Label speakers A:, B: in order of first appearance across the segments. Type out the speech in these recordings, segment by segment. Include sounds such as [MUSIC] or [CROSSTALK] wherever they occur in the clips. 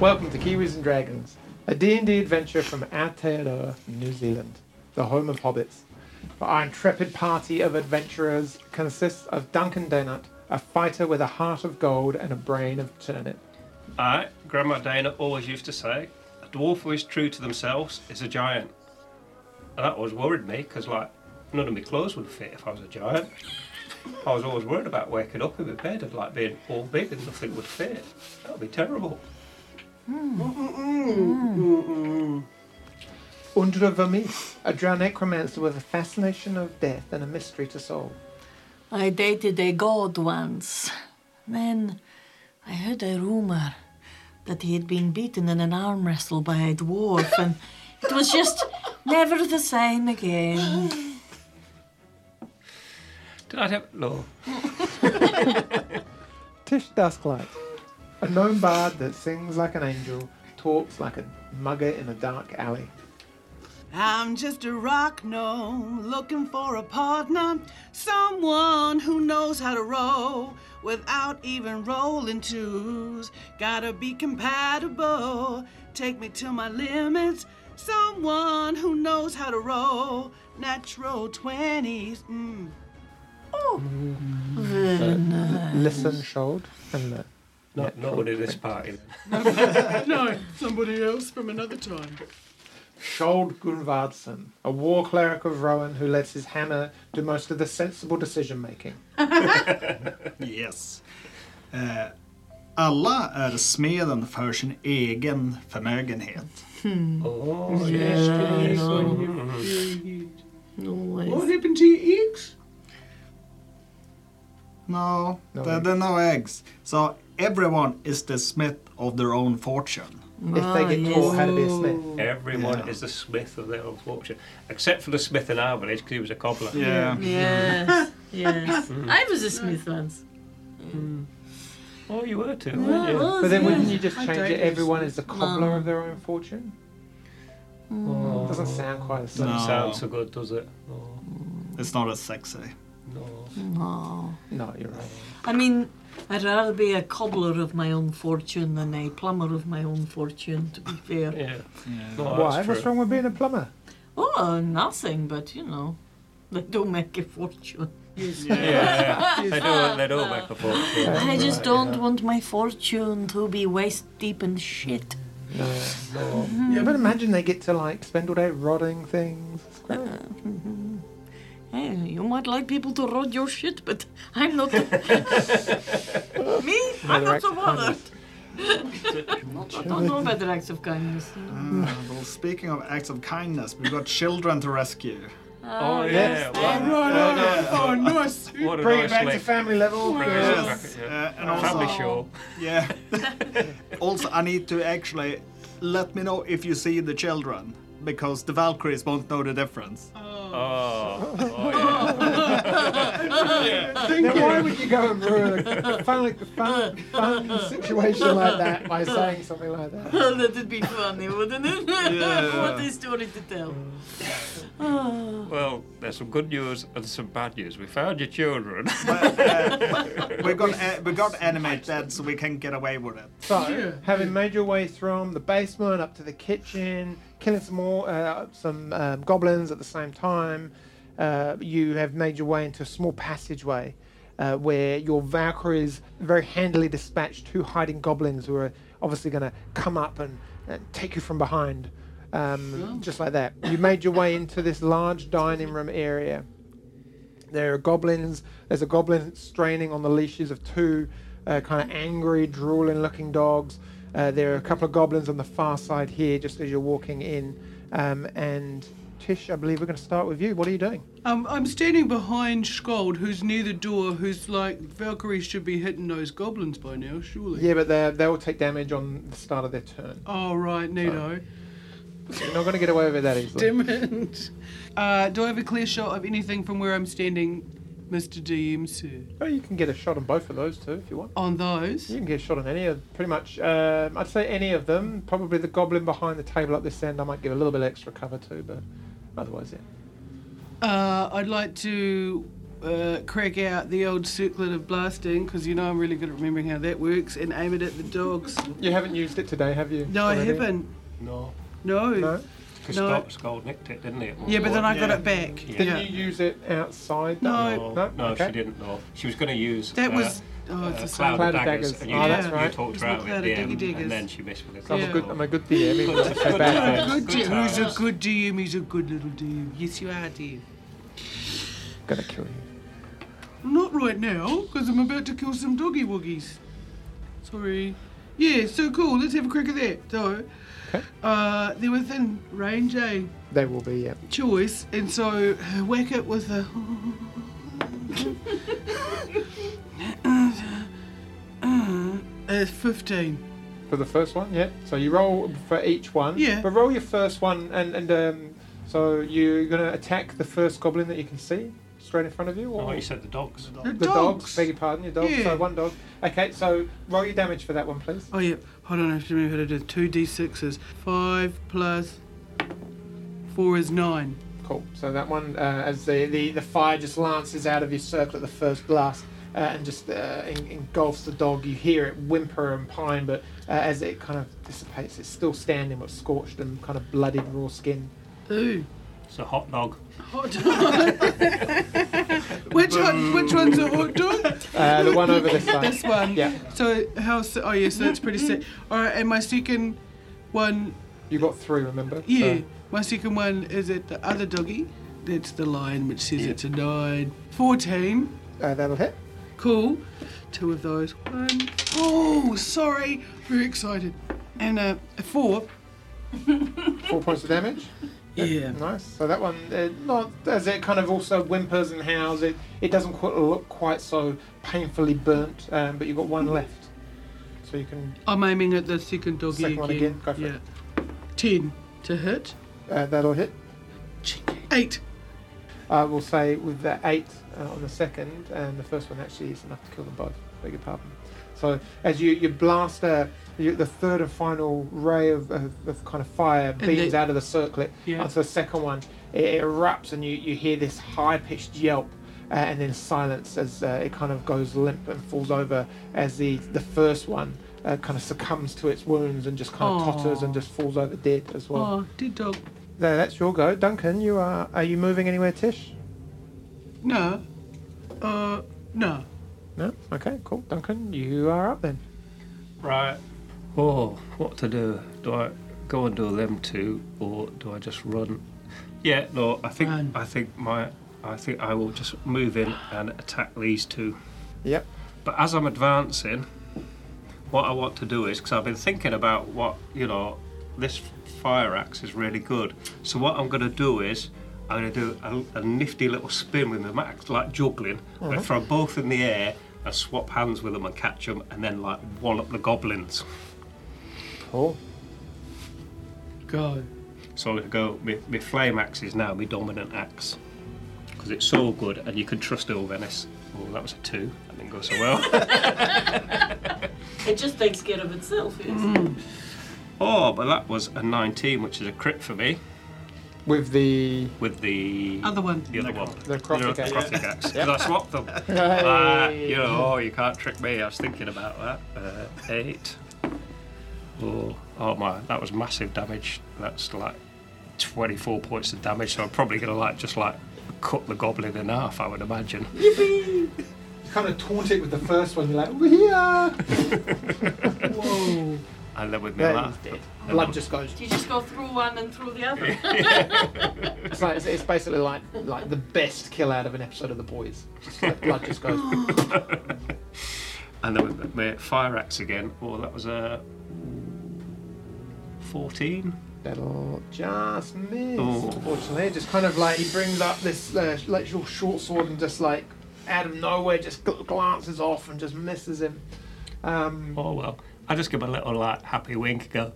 A: Welcome to Kiwis and Dragons, a D&D adventure from Aotearoa, New Zealand, the home of hobbits. Our intrepid party of adventurers consists of Duncan Dennett, a fighter with a heart of gold and a brain of turnip.
B: I, Grandma Dana always used to say, a dwarf who is true to themselves is a giant. And that always worried me because, like, none of my clothes would fit if I was a giant. I was always worried about waking up in my bed and, like, being all big and nothing would fit. That would be terrible.
A: Undra Vermis, a drowned necromancer with a fascination of death and a mystery to solve.
C: I dated a god once. Then I heard a rumor that he had been beaten in an arm wrestle by a dwarf, and it was just never the same again.
B: Did I have. No.
A: Tish Dusklight, a gnome bard that sings like an angel, talks like a mugger in a dark alley.
D: I'm just a rock gnome looking for a partner, someone who knows how to roll without even rolling twos. Gotta be compatible, take me to my limits. Someone who knows how to roll natural 20s. Mm.
A: Listen, Shold, and learn.
B: Not, not one in this party.
D: No, somebody else from another time.
A: Shold Gunvardsson, a war cleric of Rowan who lets his hammer do most of the sensible decision making.
E: Yes. Eh, alla är smeden för sin egen förmögenhet.
B: Oh, yes. yes.
D: What happened to your eggs?
E: No,
A: No
E: there there are no eggs. So everyone is the smith of their own fortune.
A: if they get
D: Oh,
C: yes.
A: taught how to be a smith.
B: Everyone
E: Yeah.
B: is the smith of their own fortune, except for the smith in our village because he was a cobbler.
E: Yeah.
C: Yes, yes. [LAUGHS] I was a smith once.
B: Oh, you were too,
C: Yeah, I
B: weren't you?
C: was,
A: But then
C: yeah.
A: wouldn't you just
D: I
A: change
D: don't
A: it? Everyone is the cobbler
C: No.
A: of their own fortune?
B: Oh,
A: Doesn't sound quite as
B: doesn't
E: No.
B: sound so good, does it? Oh,
E: It's not as sexy.
B: no.
C: No.
A: No, you're right.
C: I mean, I'd rather be a cobbler of my own fortune than a plumber of my own fortune, to be fair.
B: Yeah.
E: Yeah.
B: No,
A: Why?
B: Oh, that's
A: What's
B: true.
A: wrong with being a plumber?
C: Oh, nothing, but you know, they don't make a fortune.
B: Yeah, yeah. they do. They do make a fortune.
C: I just
B: Right,
C: don't want my fortune to be waist deep in shit.
A: No, no.
D: Hmm.
A: Yeah, but imagine they get to like spend all day rotting things. It's great.
C: Hey, you might like people to rot your shit, but I'm not.
A: [LAUGHS]
C: The... Me? I'm
A: Another
C: not
A: act
C: so
A: of
C: bothered.
A: kindness.
C: I don't know about the acts of kindness. you [LAUGHS] know.
E: Uh, well, speaking of acts of kindness, we've got children to rescue.
B: Oh, yeah.
A: yes.
B: Well,
D: Right,
B: well
D: oh, nice.
B: done. What a
A: Bring it
B: nice
A: back to
B: link.
A: family level.
B: Bring it
A: girls.
B: back,
E: Yes.
B: yeah.
E: Uh, and
B: Family
E: also,
B: show.
E: yeah. [LAUGHS] also, I need to actually let me know if you see the children because the Valkyries won't know the difference.
B: Oh, oh yeah.
A: Now, why would you go and ruin a fun, fun,
D: [LAUGHS]
A: fun situation like that by saying something like that?
C: Oh, that'd be funny, wouldn't it? [LAUGHS]
E: Yeah.
C: what a story to tell. Oh.
B: Well, there's some good news and some bad news. We found your children.
E: We're gonna uh, we're gonna animate that so we can get away with it.
A: So, having made your way from the basement up to the kitchen, killing some more uh, some um, goblins at the same time, uh, you have made your way into a small passageway uh, where your Valkyries very handily dispatched two hiding goblins who are obviously going to come up and, and take you from behind, um, just like that. You made your way into this large dining room area. There are goblins. There's a goblin straining on the leashes of two uh, kind of angry, drooling looking dogs. Uh, there are a couple of goblins on the far side here just as you're walking in. Um, and Tish, I believe we're going to start with you. What are you doing?
D: Um, I'm standing behind Skold, who's near the door, who's like, Valkyrie should be hitting those goblins by now, surely.
A: Yeah, but they they will take damage on the start of their turn.
D: Oh, right, Nito.
A: You're not going to get away with that
F: [LAUGHS]
A: easily.
D: Damn it. Uh, do I have a clear shot of anything from where I'm standing, Mr. DM, sir?
A: Oh, you can get a shot on both of those two if you want.
D: On those?
A: You can get a shot on any of pretty much. Um, I'd say any of them. Probably the goblin behind the table up this end. I might give a little bit extra cover to, but otherwise, yeah.
D: Uh, I'd like to
F: uh, crack out the old circlet of blasting because you know I'm really good at remembering how that works and aim it at the
A: [LAUGHS]
F: dogs.
A: You haven't used it today, have you?
F: No,
A: already?
F: I haven't.
B: No.
F: No.
A: No.
B: Because
F: No.
B: Scott, Scott nicked it, didn't he? at one
F: Yeah, but then I
B: point?
F: got
E: Yeah.
F: it back.
B: Yeah.
A: Didn't
F: Yeah.
A: you use it outside?
F: No.
A: though?
B: No,
A: No?
B: no,
A: Okay.
B: she didn't know. She was going to use.
F: That
B: uh,
F: was. Oh,
B: uh,
F: it's the
B: cloud,
F: same.
A: Cloud of
B: of daggers.
A: daggers.
B: and you,
A: Oh, that's
B: you
A: right.
B: talked
F: It's
B: her out
F: the
B: of
F: cloud
B: it,
F: of
B: yeah,
F: diggy
B: and
F: diggers.
B: then she missed with it.
A: So I'm,
F: Yeah.
A: a good, I'm a good DM. even though
B: [LAUGHS]
A: it's so
B: Good
A: bad.
B: times,
F: Good
B: good
F: DM. Who's a
B: times.
F: good DM? He's a good little DM. Yes, you are, DM.
A: gonna kill you.
F: Not right now, because I'm about to kill some doggy woggies. Sorry. Yeah, so cool. Let's have a crack at that. So,
A: Okay.
F: uh, they're within range, eh?
A: They will be, yeah.
F: Choice, and so whack it with a. [LAUGHS] Uh, 15.
A: For the first one, yeah. So you roll for each one.
F: Yeah.
A: But roll your first one, and, and um, so you're gonna attack the first goblin that you can see straight in front of you?
B: Oh, I
A: Or
B: thought you said the dogs.
F: The
A: the dog?
F: dogs.
A: Beg your pardon, your dog.
F: Yeah.
A: So one dog. Okay, so roll your damage for that one, please.
F: Oh, yeah. Hold on, I have to remember how to do two d6s. Five plus four is nine.
A: Cool. So that one, uh, as the, the, the fire just lances out of your circle at the first blast uh, and just uh, en- engulfs the dog, you hear it whimper and pine, but uh, as it kind of dissipates, it's still standing with scorched and kind of bloodied raw skin.
F: Ooh.
B: It's a hot dog.
F: Hot dog. [LAUGHS] which, one, which one's a hot dog?
A: Uh, the one over this side.
F: This one.
A: Yeah.
F: So how? se- Oh yeah. So that's pretty sick. All right. And my second one.
A: You got three, remember?
F: Yeah.
A: So-
F: My second one is at the other doggy. That's the lion, which says it's a nine. Fourteen.
A: Uh, that'll hit.
F: Cool. Two of those. One. Oh, sorry. Very excited. And uh, a four.
A: Four points of damage.
F: Yeah.
A: Nice. So that one, uh, not as it kind of also whimpers and howls. It it doesn't quite look quite so painfully burnt, um, but you've got one left, so you can.
F: I'm aiming at the second doggy
A: Second one again, go for
F: yeah. Ten to hit.
A: Uh, that'll hit.
F: Eight.
A: I will say with the eight uh, on the second, and the first one actually is enough to kill them both. Beg your pardon. So as you you blast uh, you, the third and final ray of, of, of kind of fire beams
F: they-
A: out of the circlet
F: Yeah.
A: onto the second one, it, it erupts and you, you hear this high pitched yelp. Uh, and then silence as uh, it kind of goes limp and falls over as the the first one uh, kind of succumbs to its wounds and just kind of totters and
F: Aw.
A: just falls over dead as well.
F: Oh, dead dog.
A: There, that's your go, Duncan. You are are you moving anywhere, Tish?
F: No. Uh, no.
A: No? Okay, cool. Duncan, you are up then.
B: Right. Oh, what to do? Do I go and do them two, or do I just run? Yeah, no. I think
F: Run.
B: I think my I think I will just move in and attack these two.
A: Yep.
B: But as I'm advancing, what I want to do is because I've been thinking about what you know, this fire axe is really good. So what I'm going to do is I'm going to do a, a nifty little spin with my axe, like juggling, where I throw both in the air and swap hands with them and catch them, and then like wallop the goblins.
A: Cool.
F: Go.
B: So I'm going to go. My, my flame axe is now my dominant axe because it's so good, and you can trust old Venice. Oh, that was a two. That didn't go so well.
C: It just takes care of itself. Yes.
B: Oh, but that was a 19, which is a crit for me
A: With the
B: with the
F: Other one.
B: the other one.
A: the
B: You know,
A: crossbow.
B: the Crotic axe.
A: Yeah.
B: 'Cause I
A: [LAUGHS]
B: swapped them. Ah, you know, oh, you can't trick me. I was thinking about that. Uh, eight. Oh, oh my, that was massive damage. That's like 24 points of damage. So I'm probably gonna like just like cut the goblin in half. I would imagine. [LAUGHS]
A: kind of taunt it with the first one. You're like, we're [LAUGHS] here.
F: Whoa.
B: And then with me
A: Yeah,
B: la-
A: he's dead.
B: and
A: Blood
B: then,
A: just goes.
C: You just go through one and through the other.
A: It's like it's, it's basically like like the best kill out of an episode of The Boys. Just like blood just [GASPS] goes.
B: [LAUGHS] and then with my fire axe again. Oh, that was a 14.
A: That'll just miss.
B: Oh.
A: Unfortunately, just kind of like he brings up this uh, like your short sword and just like out of nowhere just gl- glances off and just misses him. Um,
B: Oh well, I just give a little like happy wink and go.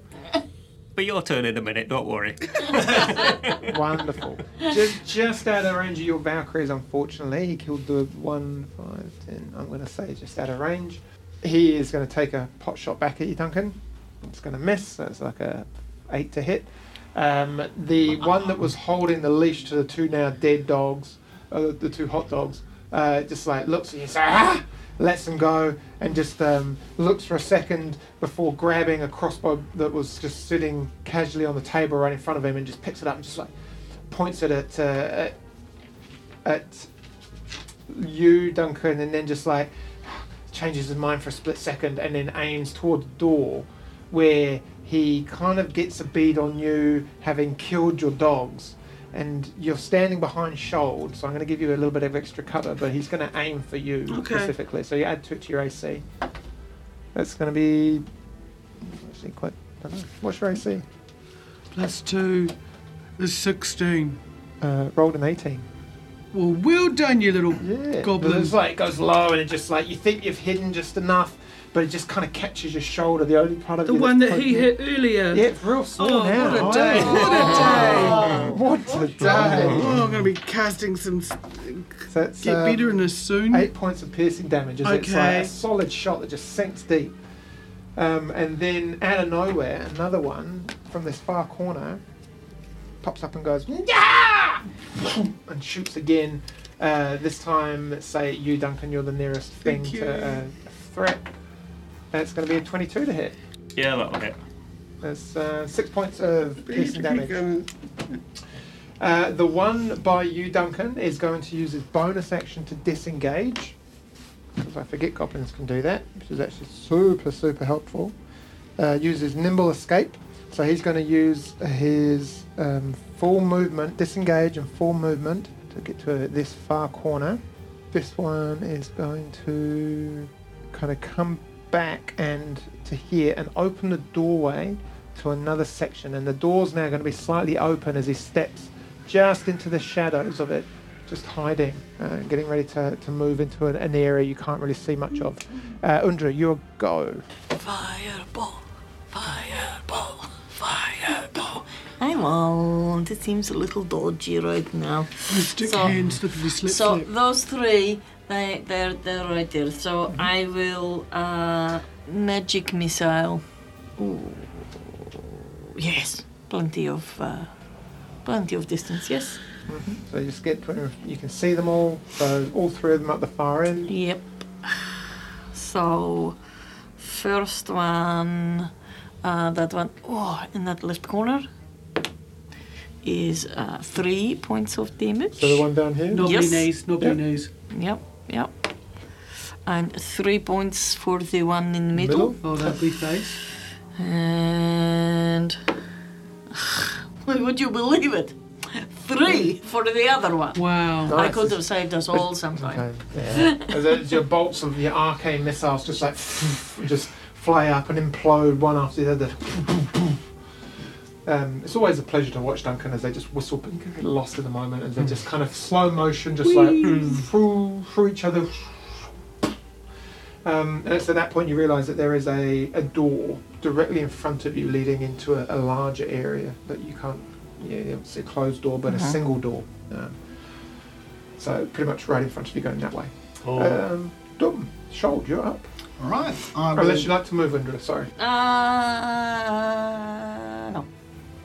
B: But your turn in a minute, don't worry.
A: Wonderful. [LAUGHS] just, just out of range of your Valkyries, unfortunately. He killed the 1, 5, 10. I'm going to say just out of range. He is going to take a pot shot back at you, Duncan. It's going to miss. So it's like a 8 to hit. Um, the one that was holding the leash to the two now dead dogs, uh, the two hot dogs, uh, just like looks at you and says, ah! lets him go, and just um, looks for a second before grabbing a crossbow that was just sitting casually on the table right in front of him and just picks it up and just like points it at, uh, at, at you, Duncan, and then just like changes his mind for a split second and then aims toward the door where he kind of gets a bead on you having killed your dogs and you're standing behind Shold, so I'm going to give you a little bit of extra cover, but he's going to aim for you
D: Okay.
A: specifically. So you add two to your AC. That's going to be actually quite. I don't know. What's your AC?
F: Plus two is 16.
A: Uh, rolled an 18.
F: Well, well done, you little
A: Yeah.
F: goblin.
A: It's like it goes low, and it just like you think you've hidden just enough, but it just kind of catches your shoulder. The only part of
F: the
A: you
F: one
A: that's
F: that he
A: poking-
F: hit earlier.
A: Yeah, it's real small
F: Oh,
A: now.
F: what a
A: Oh,
F: day.
A: yeah. [LAUGHS] What a day!
F: Oh, I'm going to be casting some. s-
A: So it's,
F: Get
A: um,
F: better in this soon.
A: eight points of piercing damage. As It's like
F: Okay.
A: a solid shot that just sinks deep. Um, and then out of nowhere, another one from this far corner pops up and goes, "Yah!" and shoots again. Uh, this time, let's say you, Duncan, you're the nearest thing
F: Thank you.
A: to uh, threat. That's going to be a 22 to hit.
B: Yeah, that'll hit.
A: That's uh, six points of piercing damage.
F: um,
A: Uh, the one by you, Duncan, is going to use his bonus action to disengage. Because I forget goblins can do that, which is actually super, super helpful. Uh, uses nimble escape. So he's going to use his um, full movement, disengage and full movement to get to this far corner. This one is going to kind of come back and to here and open the doorway to another section. And the door's now going to be slightly open as he steps just into the shadows of it, just hiding uh, getting ready to, to move into an, an area you can't really see much of. Uh, Undra, your go.
C: [LAUGHS] Fireball, fireball, fireball. I'm old. It seems a little dodgy right now.
F: Stick
C: So-
F: hands, slippity slip
C: So
F: slip.
C: those three, they they're they're right there. So
A: Mm-hmm.
C: I will uh, magic missile. Ooh, yes, plenty of uh, plenty of distance. Yes.
A: So you just get to, you can see them all. So all three of them at the far end.
C: Yep. So first one, uh, that one, oh, in that left corner is uh, three points of damage.
A: So the one down here.
F: Nobody
C: Yes.
F: knows, nobody
A: Yeah.
F: knows.
C: Yep, yep. And three points for the one in the middle.
F: Oh, that be face.
C: And [LAUGHS] would you believe it? Three for the other one.
F: Wow.
C: I
A: Nice.
C: could have saved us all sometime.
A: Okay. Yeah. As it's your bolts of your arcane missiles just like [LAUGHS] just fly up and implode one after the other. Um, it's always a pleasure to watch Duncan as they just whistle but you can get lost in the moment and they're just kind of slow motion, just like through through each other. Um, and it's at that point you realise that there is a, a door directly in front of you leading into a, a larger area that you can't, yeah, it's a closed door, but a single door. Um, so pretty much right in front of you going that way.
B: Oh.
A: Um, Dom, Shold, you're up.
E: All right. I
A: Unless
E: will,
A: you'd like to move, Indra, sorry.
C: Uh, no.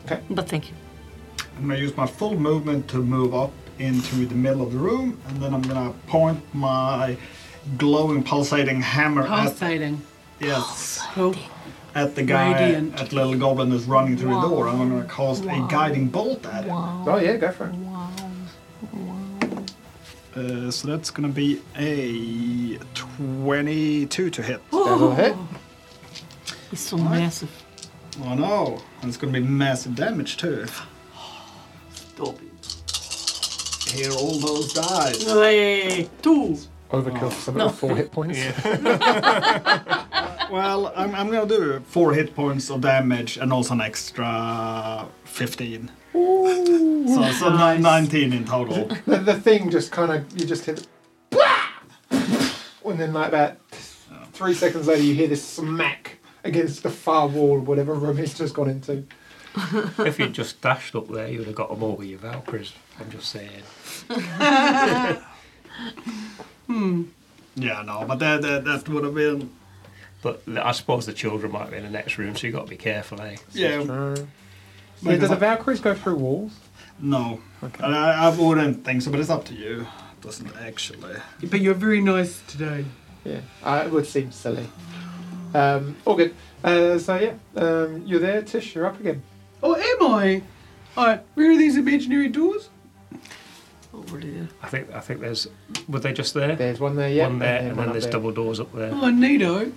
A: Okay.
C: But thank you.
E: I'm going to use my full movement to move up into the middle of the room, and then I'm going to point my glowing, pulsating hammer at
F: Pulsating.
E: yes,
F: Cool.
E: at the guy
F: Radiant.
E: at little goblin that's running through the door. I'm going to cast a guiding bolt at him.
A: Oh, yeah, go for it.
E: Uh, so that's going to be a 22 to hit.
A: That'll hit.
C: It's so massive.
E: Oh no, and it's going to be massive damage too.
C: Stop it.
E: Here, all those dice.
C: Hey, two.
A: Overkill for something with four hit points.
E: Well, I'm, I'm gonna do four hit points of damage and also an extra 15. So, so ni- 19 in total.
A: The, the thing just kind of, you just hit it. And then, like that, three seconds later, you hear this smack against the far wall, whatever room he's just gone into.
B: if you'd just dashed up there, you'd have got them all with your Valkyries. I'm just saying.
E: yeah, no, but that, that, that would have been.
B: But th- I suppose the children might be in the next room, so you've got to be careful, eh?
E: Yeah,
A: Yeah, do the Valkyries go through walls?
E: no. And I, I wouldn't think so, but it's up to you. doesn't actually.
G: But you're very nice today.
A: Yeah, uh, it would seem silly. Um, all good. Uh, so yeah, um, you're there, Tish. You're up again.
G: Oh, am I?
F: Uh,
G: Alright, where are these imaginary doors?
C: Over there.
B: I think I think there's were they just there?
A: There's one there, yeah.
B: one there,
A: and
B: and then
A: up
B: there's
A: there.
B: double doors up there.
G: Oh, Nito.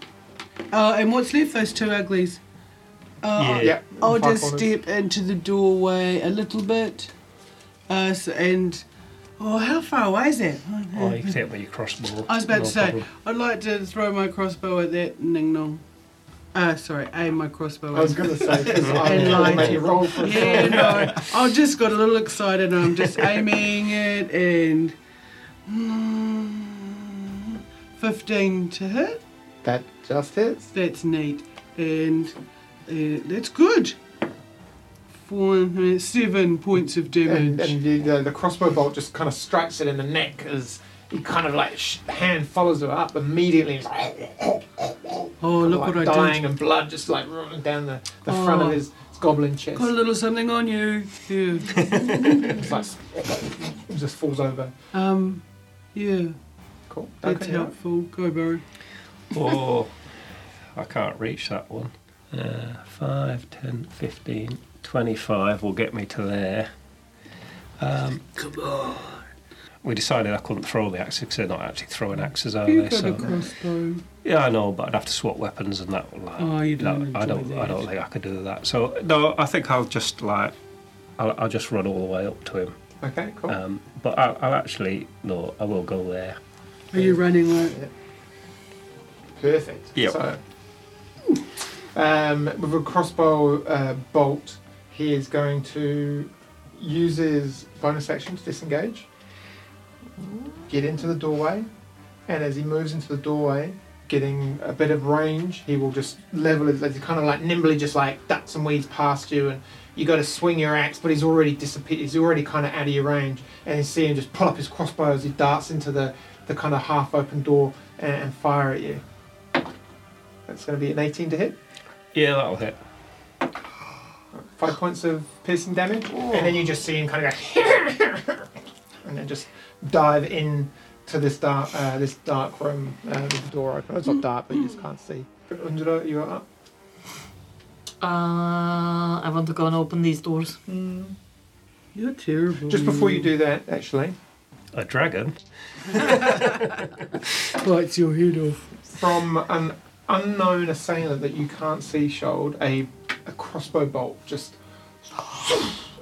F: Uh, and what's left? Those two uglies. Uh,
B: yeah.
A: Yeah.
F: I'll
A: five
F: Oh, just
A: corners.
F: step into the doorway a little bit. Uh, s and oh, how far away is that?
B: Or Oh, you can take it with your crossbow.
F: I was about
B: no
F: to say,
B: problem.
F: I'd like to throw my crossbow at that ning nong. Uh, sorry, aim my crossbow.
A: I was
F: at-
A: going to say
B: [LAUGHS]
A: because
F: And
A: I
F: lied
A: made
F: to
A: you
F: you.
A: roll
F: [LAUGHS]
A: for
F: yeah, no, I just got a little excited and
A: [LAUGHS]
F: I'm just aiming it and. Mm, 15 to hit.
A: that just hits.
F: That's neat. And uh, that's good. Four, uh, seven points of
A: And,
F: damage.
A: and you, the, the crossbow bolt just kind of strikes it in the neck as he kind of like sh- hand follows her up immediately. It's like,
F: oh, look
A: like
F: what I
A: dying
F: did.
A: and blood just like running down the, the front
F: Oh.
A: of his goblin chest.
F: Got a little something on you. Yeah.
A: It's like it just falls over.
F: Um, yeah,
A: Cool.
F: that's
A: Okay, alright.
F: helpful. Go, Barry.
B: Oh, I can't reach that one. Uh, 5, 10, 15, 25 will get me to there. Um, Come on. We decided I couldn't throw the axe because they're not actually throwing axes, are
F: You
B: they?
F: got a
B: So,
F: crossbow.
B: yeah, I know, but I'd have to swap weapons and that. Like,
F: Oh, you don't
B: that- I don't.
F: enjoy
B: I
F: that.
B: don't think I could do that. So no, I think I'll just like, I'll, I'll just run all the way up to him.
A: Okay, cool.
B: Um, but I'll, I'll actually no, I will go there.
F: Are you running like
A: Perfect.
B: Yep.
A: So, um, with a crossbow uh, bolt, he is going to use his bonus action to disengage, get into the doorway, and as he moves into the doorway, getting a bit of range, he will just level it. It's kind of like nimbly, just like ducks and weeds past you, and you got to swing your axe, but he's already disappeared. He's already kind of out of your range, and you see him just pull up his crossbow as he darts into the, the kind of half open door and, and fire at you. That's going to be an 18 to hit.
B: Yeah, that'll hit.
A: Five points of piercing damage, and then you just see him kind of go, [LAUGHS] and then just dive in to this dark, uh, this dark room uh, with the door open. It's not dark, but you just can't see. Angela, you're up.
C: Uh, I want to go and open these doors.
F: You're terrible.
A: Just before you do that, actually,
B: A dragon.
G: Bites your head off.
A: from an unknown assailant that you can't see, Shold, a, a crossbow bolt just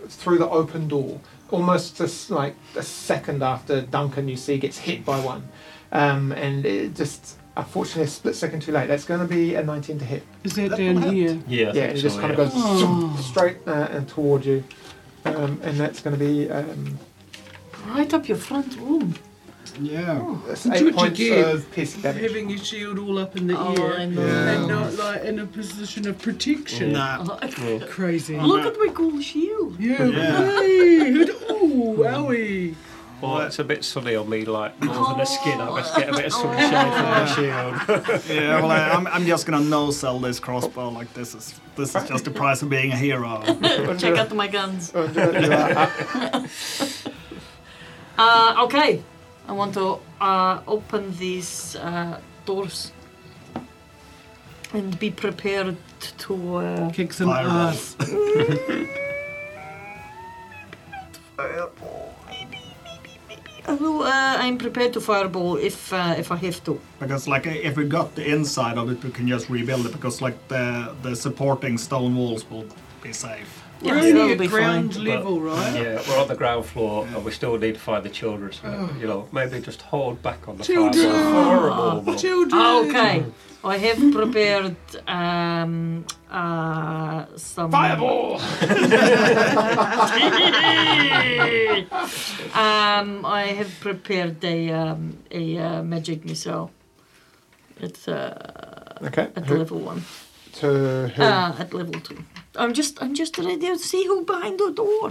A: through the open door. Almost just like a second after Duncan, you see, gets hit by one. Um, and it just, unfortunately, a split second too late. That's going to be a 19 to hit.
F: Is that down here?
B: Yeah,
A: yeah,
B: I think
A: and it just
B: so,
A: kind
B: yeah.
A: of goes straight uh, and toward you. Um, and that's going to be um,
C: Right up your front room.
E: Yeah.
A: that's
F: Did you
A: eight points
F: get-
A: of piercing damage.
F: Having your shield all up in the
C: Oh, I
F: air
C: know.
E: Yeah.
F: and not like in a position of protection.
E: Nah.
F: Crazy.
C: Look at my cool shield.
F: Yeah.
E: Yeah.
F: Right. Oh, wowie.
B: Well, it's a bit sunny on me, like more than a skin. I must get a bit of sunshine from my shield.
E: Yeah, well, I, I'm, I'm just gonna no sell this crossbow. Like this is this is just the price of being a hero.
C: Check out my guns.
A: Angela, you're up.
C: [LAUGHS] Uh, okay. I want to uh, open these uh, doors and be prepared to. Uh,
F: Kick some
E: Fireball.
F: ass.
C: although, uh, I'm prepared to fireball if uh, if I have to.
E: Because like if we got the inside of it, we can just rebuild it. Because like the the supporting stone walls will be safe.
F: We're
C: Yes,
F: only
C: that'll
F: at
C: be
F: ground
C: fine.
F: level, right?
B: Yeah, we're on the ground floor and we still need to find the children. So, you know, maybe just hold back on the
F: Children!
B: fireball. Horrible. but-
F: Children. Oh,
C: Okay. I have prepared um, uh, some.
B: Fireball!
C: um, I have prepared a um, a uh, magic missile. It's uh,
A: Okay.
C: at
A: Who,
C: level one.
A: to who?
C: Uh, at level two. I'm just I'm just ready to see who behind the door.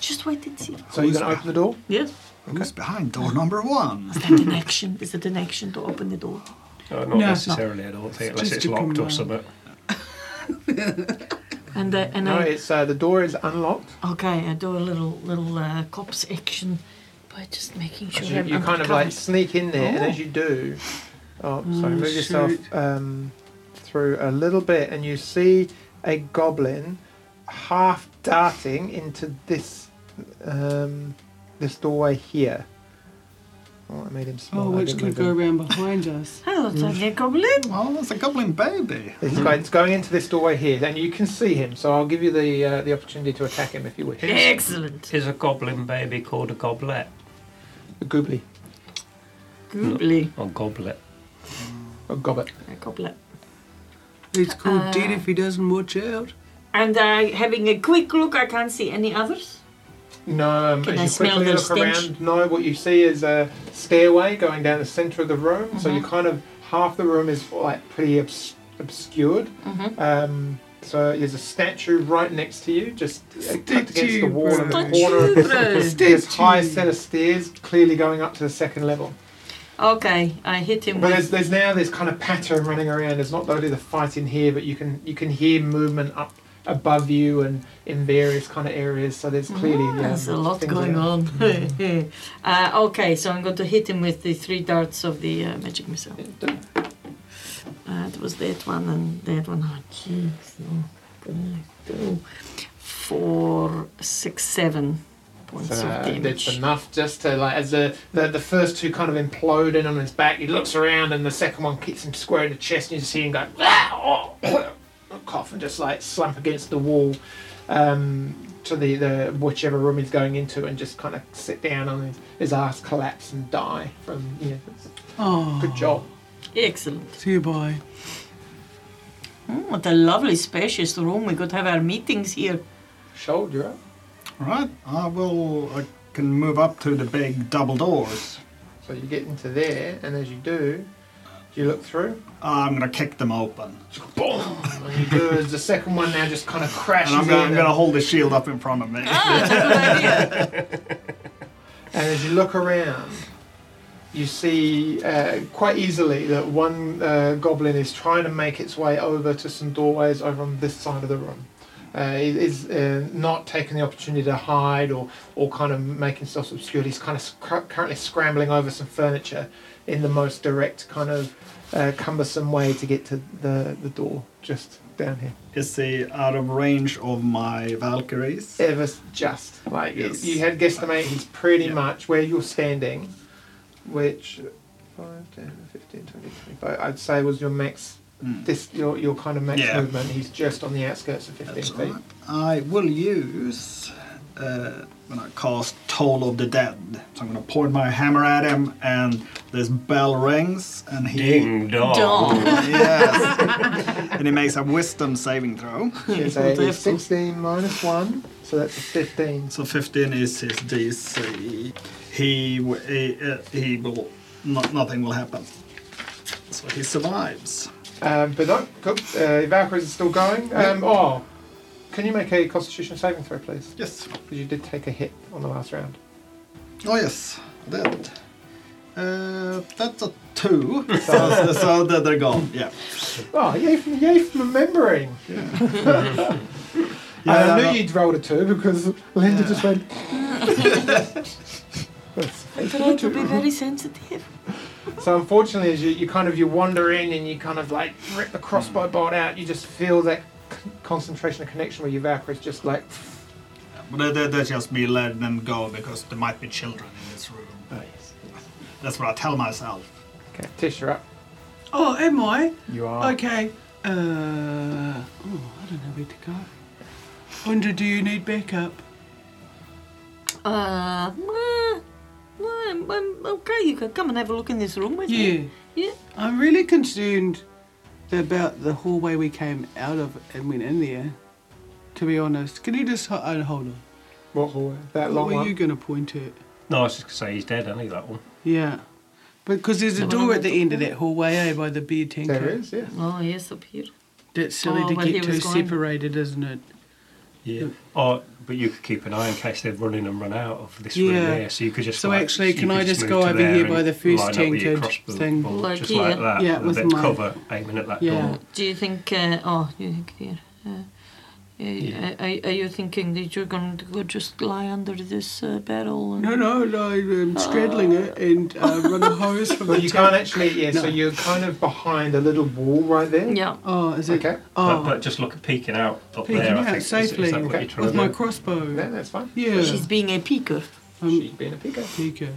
C: Just wait and see.
A: so you're going to open the door?
C: Yes.
E: Who's behind door number one?
C: Is that an action? Is it an action to open the door?
B: No, not
F: no.
B: necessarily, I don't think, unless
F: just
B: it's
F: to come
B: locked or
F: round.
B: something.
C: And uh, and
A: No,
C: I
A: it's uh, the door is unlocked.
C: okay. I do a little little uh, cops action by just making sure
A: You,
C: I'm,
A: you
C: I'm
A: kind of
C: covered.
A: like sneak in there, and as you do, oh, sorry, move yourself
F: shoot.
A: um, through a little bit, and you see a goblin half darting into this um, this doorway here. Oh, I made him small.
F: Oh,
A: I
F: which
A: didn't
F: could
A: move
F: go
A: him.
F: around behind us.
C: Hello, tiny goblin.
E: Well, that's a goblin baby.
A: It's going, it's going into this doorway here, and you can see him. So I'll give you the uh, the opportunity to attack him if you wish.
C: Excellent.
B: Is a goblin baby called a goblet
A: A goobly,
C: Goobly.
B: or goblet?
A: a gobbet.
C: A goblet.
F: It's called dead if he doesn't watch out.
C: And uh, having a quick look, I can't see any others.
A: No, um,
C: Can
A: as
C: I
A: you
C: smell
A: quickly
C: their
A: look
C: stench?
A: around, no, what you see is a stairway going down the centre of the room. So
C: Mm-hmm.
A: you kind of half the room is like pretty obs- obscured. Um, so there's a statue right next to you, just uh, tucked against the
F: Statue,
A: wall in the
C: bro.
A: corner. of this-
C: Statue, [LAUGHS]
A: This
F: bro.
A: high set of stairs, clearly going up to the second level.
C: Okay, I hit him
A: But there's,
C: with.
A: there's now this kind of pattern running around. There's not only the fight in here, but you can you can hear movement up above you and in various kind of areas. So there's clearly yeah,
C: Mm-hmm. Ah, There's a lot
A: things
C: going
A: around.
C: on. [LAUGHS] uh, okay, so I'm going to hit him with the three darts of the uh, magic missile. Uh, it was that one and that one. Oh, jeez. No. Goodness. Oh. Four, six, seven points
A: So that's
C: of damage.
A: enough just to like as the, the the first two kind of implode in on his back. He looks around and the second one kicks him square in the chest, and you just hear him go "Ah, oh," [COUGHS] cough and just like slump against the wall um, to the, the whichever room he's going into, and just kind of sit down on his, his ass, collapse and die from you know. it's-
F: Oh,
A: Good job.
C: Excellent.
F: see you bye.
C: Mm, what a lovely, spacious room. We could have our meetings [LAUGHS] here.
A: Shoulder up.
E: All right, I will. I can move up to the big double doors.
A: So you get into there, and as you do, you look through.
E: I'm gonna kick them open,
A: Boom! And you do is the second one now just kind of crashes
E: and I'm gonna, I'm
A: in.
E: gonna hold the shield up in front of me.
A: And as you look around, you see uh, quite easily that one uh, goblin is trying to make its way over to some doorways over on this side of the room. Uh, he is uh, not taking the opportunity to hide or, or kind of make himself obscured. He's kind of scr- currently scrambling over some furniture in the most direct, kind of uh, cumbersome way to get to the, the door just down here.
E: Is he out of range of my Valkyries?
A: Ever s- just like
E: Yes.
A: you had guesstimate, he's pretty
E: Yeah.
A: much where you're standing, which 5, 10, 15, 20, 25, I'd say was your max. This your your kind of max
E: Hmm. Yeah.
A: movement. He's just on the outskirts of 15
E: That's
A: feet.
E: all right. I will use uh, when I cast Toll of the Dead. So I'm gonna point my hammer at him, and this bell rings, and he
B: Ding dong.
C: Dong.
E: [LAUGHS] yes, and he makes a Wisdom saving throw.
A: It's a 16 minus one, so that's a 15.
E: So 15 is his DC. He w- he, uh, he will not, nothing will happen. So he survives.
A: Um, but no, cool. Uh, Valkyries are still going. Um, oh, can you make a Constitution saving throw, please?
E: Yes.
A: Because you did take a hit on the last round.
E: Oh yes, that. Uh, that's a two. so so that they're gone. Yeah.
A: Oh, yay for, yay for remembering. [LAUGHS]
E: Yeah,
A: I knew
E: no.
A: you'd rolled a two because Linda just
F: [LAUGHS]
A: went. That's-
C: I try to be very sensitive.
A: so unfortunately, as you, you kind of you wander in and you kind of like rip the crossbow bolt out, you just feel that c- concentration and connection with your Valkyries just like.
E: But that, that, that's just me letting them go because there might be children in this room. That's what I tell myself.
A: Okay, Tish, you're up.
F: Oh, am I?
A: You are.
F: Okay. Uh, oh, I don't know where to go. Wonder, do you need backup?
C: Uh, meh. no, I'm, I'm okay. You can come and have a look in this room with me.
F: Yeah.
C: Yeah.
F: I'm really concerned about the hallway we came out of and went in there. To be honest, can you just ho- uh, hold on?
A: What hallway? That
F: what
A: long
F: were
A: one.
F: you going to point at?
B: No, I was just going to say he's dead, isn't he, that one?
F: Yeah, because there's a
C: The one
F: door
C: on
F: at the end of that hallway, eh, by the beer tanker.
A: There is, yes.
C: Oh, yes, up here.
F: That's silly
C: Oh,
F: to
C: where he
F: get too
C: was going.
F: separated, isn't it? Hmm.
B: Yeah. Or, but you could keep an eye in case they've run in and run out of this room
F: Yeah.
B: there, so you could just.
F: So
B: like,
F: actually,
B: you
F: can
B: could
F: I just
B: move
F: go
B: to
F: over
B: there
F: here by
B: and
F: the first
B: line up with your
F: tankage
B: crossbow
F: thing?
B: bolt,
C: Like
B: just
C: here.
B: like that,
F: Yeah,
B: with
F: with
B: a bit of
F: mine.
B: cover aiming at that
F: Yeah.
B: door.
C: Do you think? Uh, oh, you think here? Uh, Are, are, are you thinking that you're going to go just lie under this uh, barrel? And...
F: No, no, no, I'm straddling it and
C: [LAUGHS]
F: uh, run a hose from
A: But
F: the
A: you
F: top.
A: can't actually, yeah, so
F: No.
A: you're kind of behind a little wall right there.
C: Yeah.
F: Oh, is it?
A: Okay.
B: But,
F: Oh,
B: but just look at peeking out up
F: Peeking
B: there.
F: out
B: I think is-
F: safely.
B: Is, that what
A: Okay.
B: you're trying
F: with
B: to
F: my
B: do?
F: crossbow.
A: No, that's fine.
F: Yeah.
C: She's being a
F: [LAUGHS]
C: peaker.
F: Um,
A: She's been a picker.
F: Pika.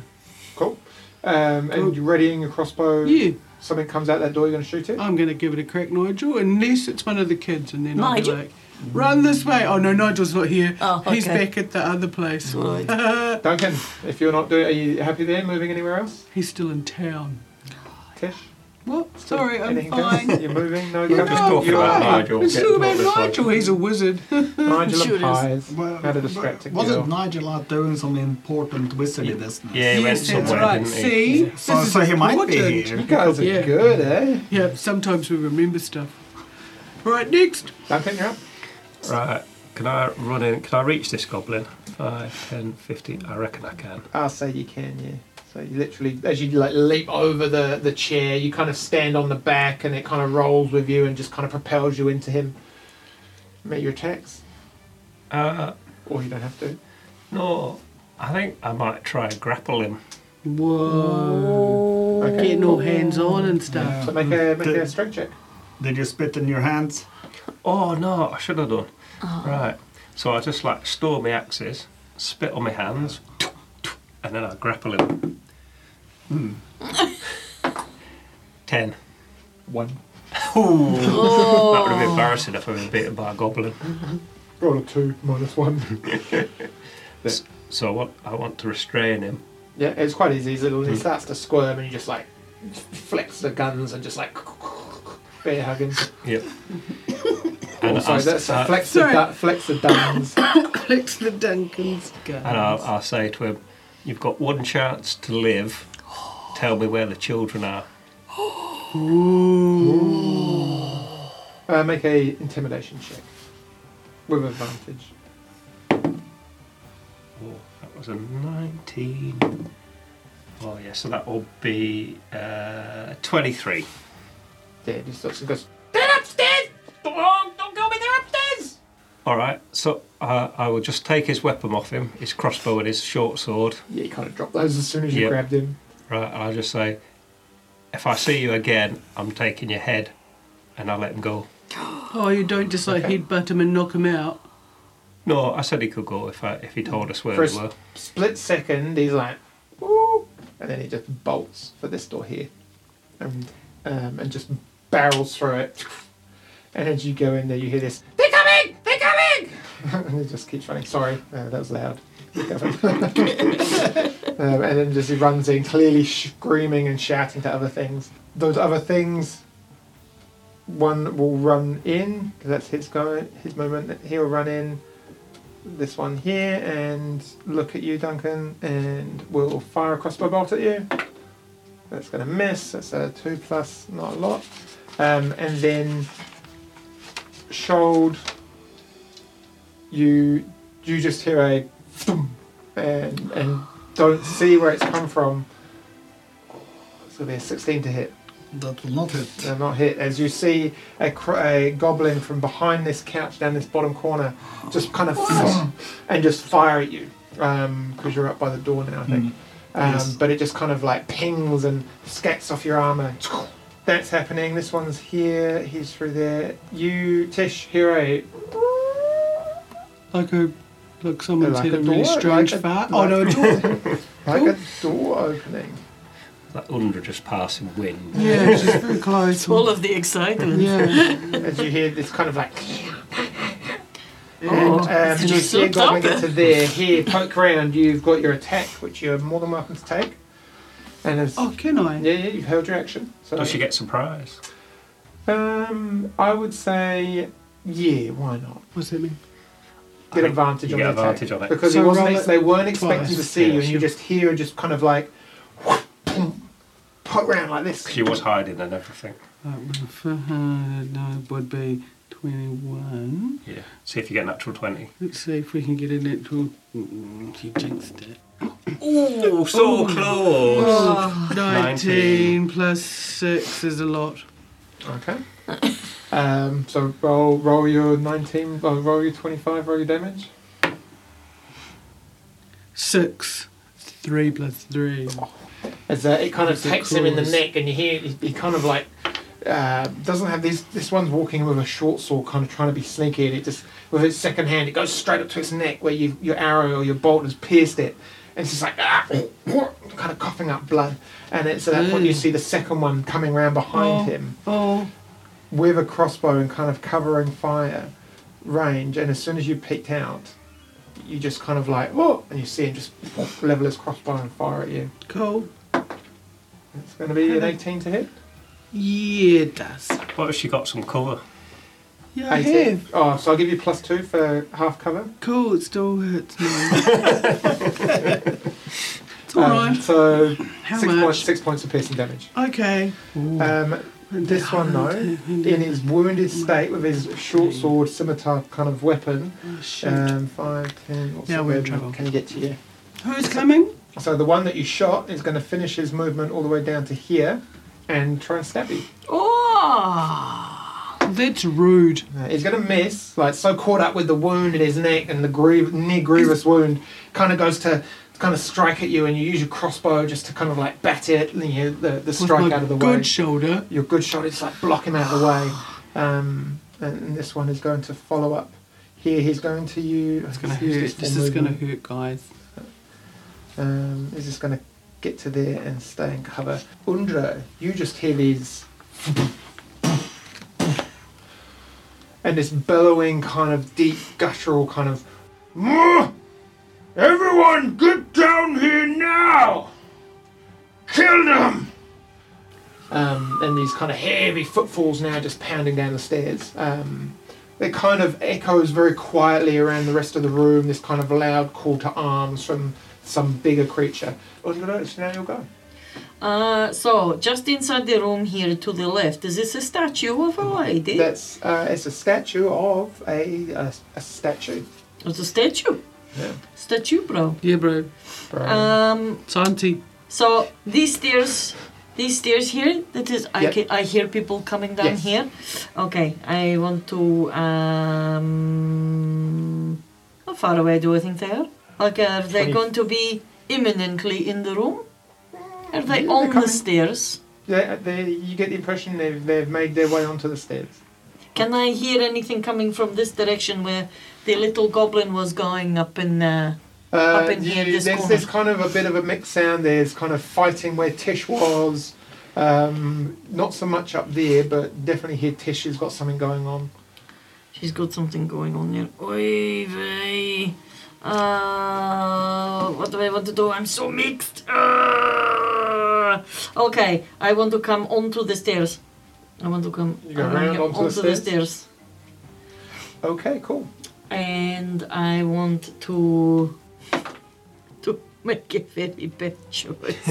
A: Cool. Um, and you're readying a crossbow.
F: Yeah,
A: Something comes out that door, you're going to shoot it.
F: I'm going to give it a crack, Nigel, unless it's one of the kids, and then
C: Nigel?
F: I'll be like, run this way. Oh, no, Nigel's not here.
C: Oh,
F: He's
C: okay.
F: back at the other place.
C: Right.
F: Uh,
A: Duncan, if you're not doing, are you happy there? Moving anywhere else?
F: He's still in town.
A: Tish.
F: What? Sorry, I'm
A: Anything else?
F: [LAUGHS] fine.
A: You're moving. No,
B: We're
A: you're
B: just talking
A: you
B: about
A: are
B: Nigel.
F: It's
B: getting
F: all
B: all
F: about
B: this, like-
F: Nigel. He's a wizard.
A: Nigel
C: Sure it
A: and
C: is.
A: Pies.
E: Well,
A: How to distract a
E: wasn't
A: girl.
E: Nigel out doing some important wizardy business?
B: Yeah, he went
F: yes, that's
B: somewhere,
F: right.
B: didn't he?
F: See?
E: So,
F: This is
E: so he might be
F: important.
A: You
E: here.
A: guys are
F: Yeah.
A: good, eh?
F: Yeah, sometimes we remember stuff. Right, next.
A: Duncan, you're up.
B: Right. Can I run in? Can I reach this goblin? 5, 10, 15. I reckon I can.
A: I'll say you can, yeah. So you literally, as you like leap over the the chair, you kind of stand on the back, and it kind of rolls with you and just kind of propels you into him. Make your attacks,
B: Uh,
A: or you don't have to.
B: no. I think I might try and grapple him.
F: Whoa.
A: Okay.
F: Getting all hands on and stuff.
A: So make a make a
E: Did-
A: strength check.
E: Did you spit in your hands?
B: Oh no, I should have done. Right. So I just like store my axes, spit on my hands, and then I grapple him. Hmm. Ten.
A: One.
B: That would have been embarrassing if I was beaten by a goblin.
A: Roll a two minus one.
B: So what I want to restrain him.
A: yeah, it's quite easy. He's little. He starts to squirm, and you just like flex the guns and just like bear huggins. [LAUGHS]
B: Yep.
A: Oh,
B: and
A: sorry,
B: I'll,
A: that's
B: I-
A: flex the
F: sorry.
A: du- flex the guns.
F: Clicks the Duncan's gun.
B: and uh, I'll, I'll say to him, "You've got one chance to live. Tell me where the children are."
A: Uh, make a intimidation check with advantage.
B: Oh, that was a 19. Oh, yeah, so that will be uh, 23.
A: Yeah, he just looks and goes. They're upstairs. Don't, don't go me. They're upstairs.
B: All right, so uh, I will just take his weapon off him, his crossbow and his short sword.
A: Yeah, you kind of dropped those as soon as you
B: Yeah.
A: grabbed him.
B: Right, and I'll just say, if I see you again, I'm taking your head, and I'll let him go.
F: Oh, you don't just like
A: Okay.
F: headbutt him and knock him out.
B: No, I said he could go if I, if he told us where
A: For a
B: we were.
A: s- split second, he's like, "Woo!" and then he just bolts for this door here, and um, and just barrels through it. And as you go in there, you hear this. They're coming! They're coming! [LAUGHS] and he just keeps running. Sorry, uh, that was loud. [LAUGHS] um, and then just he runs in, clearly screaming and shouting to other things. Those other things, one will run in because that's his go, his moment. He'll run in this one here and look at you, Duncan, and we'll fire a crossbow bolt at you. That's going to miss. That's a two plus, not a lot. Um, and then Shold, you you just hear a thump and and don't see where it's come from. It's going to be a 16 to hit.
E: That will not hit.
A: They're not hit. As you see a, cr- a goblin from behind this couch down this bottom corner, just kind of and just fire at you because you're up by the door now, I
F: Mm.
A: think. Um,
E: Yes.
A: But it just kind of like pings and scats off your armor. That's happening. This one's here. He's through there. You, Tish, hear a
F: Like a like someone's
A: Like
F: had
A: a
F: a, really
A: door,
F: strange
A: like a-
F: fart.
A: like- [LAUGHS]
F: oh no, a door.
A: like a door opening.
B: That under just passing wind.
F: yeah,
A: [LAUGHS]
F: she's very
C: [LAUGHS]
F: close.
C: All of the
F: [LAUGHS]
C: excitement.
F: yeah,
A: As you hear this kind of like.
F: Oh,
A: And um,
C: it's
A: you
C: just
A: see a
C: so
A: goblin get
C: tough.
A: to there. Here, poke around. You've got your attack, which you're more than welcome to take. And as,
F: oh, can I?
A: Yeah, yeah, you've held your action. So,
B: Does she get surprised?
A: um, I would say, yeah, why not?
F: What's that mean?
A: Get
B: I think
A: advantage
B: you
A: on
B: get
A: the
B: advantage
A: attack
B: on it.
A: because he
F: So
A: wasn't.
F: roll
A: ex-
F: it
A: they weren't expecting
F: twice.
A: to see you,
B: Yeah,
A: and you
B: sure.
A: just hear her just kind of like poke around like this.
B: She was hiding and everything.
F: That would, have, uh, no, it would be twenty-one.
B: Yeah. See if you get an natural 20.
F: Let's see if we can get an actual. Mm, She jinxed it.
B: Oh, so close!
A: Oh.
F: Nineteen plus six is a lot.
A: Okay. Um, so roll roll your 19, uh, roll your 25, roll your damage.
F: Six. Three plus three.
A: As uh, it kind of
F: Is it
A: takes him in the
F: claws?
A: neck, and you hear he, he kind of like uh, doesn't have these. This one's walking with a short sword, kind of trying to be sneaky, and it just with its second hand, it goes straight up to its neck where you, your arrow or your bolt has pierced it, and it's just like ah, [COUGHS] kind of coughing up blood. And it's at that point you
F: Mm.
A: see the second one coming round behind
F: Oh.
A: him
F: Oh,
A: with a crossbow and kind of covering fire range. And as soon as you peeked out, you just kind of like oh, and you see him just [COUGHS] level his crossbow and fire at you.
F: cool.
A: It's going to be
F: Hmm.
A: an 18 to hit.
F: Yeah, it does.
B: What if she got some cover?
F: Yeah, I
A: 18.
F: have.
A: Oh, so I'll give you plus two for half cover.
F: Cool, it still hurts
A: [LAUGHS]
F: me. it's
A: Um,
F: alright.
A: So
F: How
A: six,
F: much?
A: points, six points of piercing damage.
F: Okay. Oh,
A: Um, this one, though, in his wounded state with his short sword, scimitar kind of weapon,
F: Oh, shoot.
A: um, five, ten, what's
F: Now
A: the
F: we're in
A: weapon?
F: trouble.
A: Can you get to you?
F: Who's coming?
A: So the one that you shot is going to finish his movement all the way down to here and try and stab you.
C: Oh!
F: That's rude.
A: Uh, he's going to miss, like so caught up with the wound in his neck and the griev- near grievous wound, kind of goes to kind of strike at you, and you use your crossbow just to kind of like bat it, and you, the, the
F: With
A: strike
F: my
A: out of the
F: good
A: way.
F: shoulder.
A: your good shot is like block him out of the
F: [SIGHS]
A: way. Um, and, and this one is going to follow up. Here he's going to you.
F: It's gonna hurt. This is gonna hurt, guys.
A: Um, is just going to get to there and stay in cover. Undra, you just hear these. And this bellowing, kind of deep, guttural kind of. "Mwah! Everyone, get down here now! Kill them! Um, and these kind of heavy footfalls now just pounding down the stairs. Um, it kind of echoes very quietly around the rest of the room, this kind of loud call to arms from some bigger creature. Undra, it's now your go.
C: Uh, so, just inside the room here to the left, is this a statue of a lady?
A: That's uh, it's a statue of a a, a statue.
C: It's a statue.
A: Yeah.
C: Statue, bro.
F: Yeah, bro.
A: Bro.
C: Um,
F: It's auntie.
C: So these stairs, these stairs here. That is, I
A: Yep.
C: ca- I hear people coming down
A: Yes.
C: here. Okay, I want to. Um, how far away do I think they are? Like, are they
A: Twenty-
C: going to be imminently in the room? Are they
A: they're
C: on the
A: coming.
C: stairs?
A: they, they, you get the impression they've, they've made their way onto the stairs.
C: Can I hear anything coming from this direction where the little goblin was going up in? Uh,
A: Uh,
C: Up in here, this
A: there's,
C: corner.
A: there's kind of a bit of a mixed sound. There's kind of fighting where Tish was. Um, not so much up there, but definitely here Tish has got something going on.
C: She's got something going on there. Oy vey. Uh, what do I want to do? I'm so mixed. Uh, okay, I want to come onto the stairs. I want to come
A: You go
C: I wanna
A: round
C: get
A: onto the
C: the
A: stairs?
C: stairs.
A: Okay, cool.
C: And I want to to make a very bad
A: [LAUGHS]
C: choice.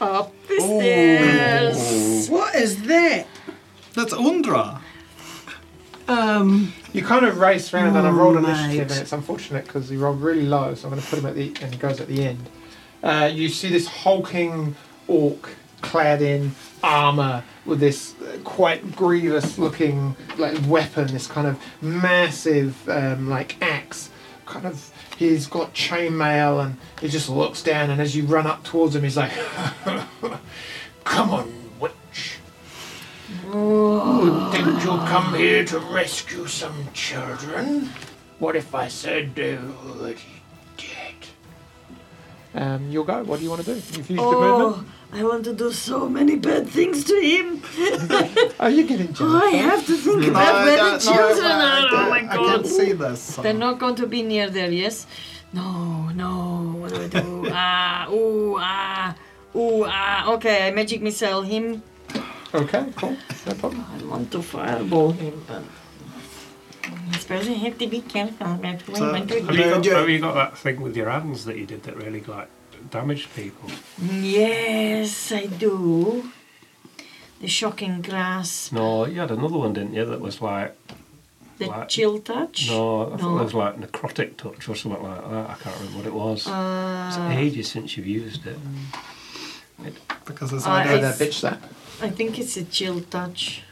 C: Up the stairs.
E: What is that? That's Undra.
F: Um,
A: You kind of race round and I rolled initiative,
F: Right.
A: and it's unfortunate because he rolled really low, so I'm going to put him at the and he goes at the end. Uh, you see this hulking orc clad in armor with this uh, quite grievous looking like weapon, this kind of massive um, like axe. Kind of, he's got chainmail and he just looks down, and as you run up towards him, he's like, [LAUGHS] "Come on, witch." Didn't you come here to rescue some children? What if I said they already dead? Um, you'll go. What do you want to do? You've used your
C: Oh,
A: movement.
C: I want to do so many bad things to him.
A: Oh, you can enjoy.
C: I have to think about where the children are. Oh my
E: I
C: god.
E: can't see this. so-
C: They're not going to be near there, yes? No, no. What do I [LAUGHS] do? ah, ooh, ah, ooh, ah. Okay, I magic missile him.
A: Okay, cool. No problem.
C: I want to fireball him, but. I suppose I have to be careful about what
E: So-
C: I do.
B: Have you,
E: Yeah,
B: got,
E: yeah.
B: have you got that thing with your hands that you did that really like damaged people?
C: Yes, I do. The shocking grasp,
B: No, you had another one, didn't you? That was like
C: the
B: Right.
C: chill touch.
B: no, I
C: No.
B: thought it was like necrotic touch or something like that. I can't remember what it was. it's
C: Uh,
B: ages since you've used it.
E: Because it's
C: I-
E: like
A: Oh,
E: a
A: that bitch slap.
C: I think it's a chill touch.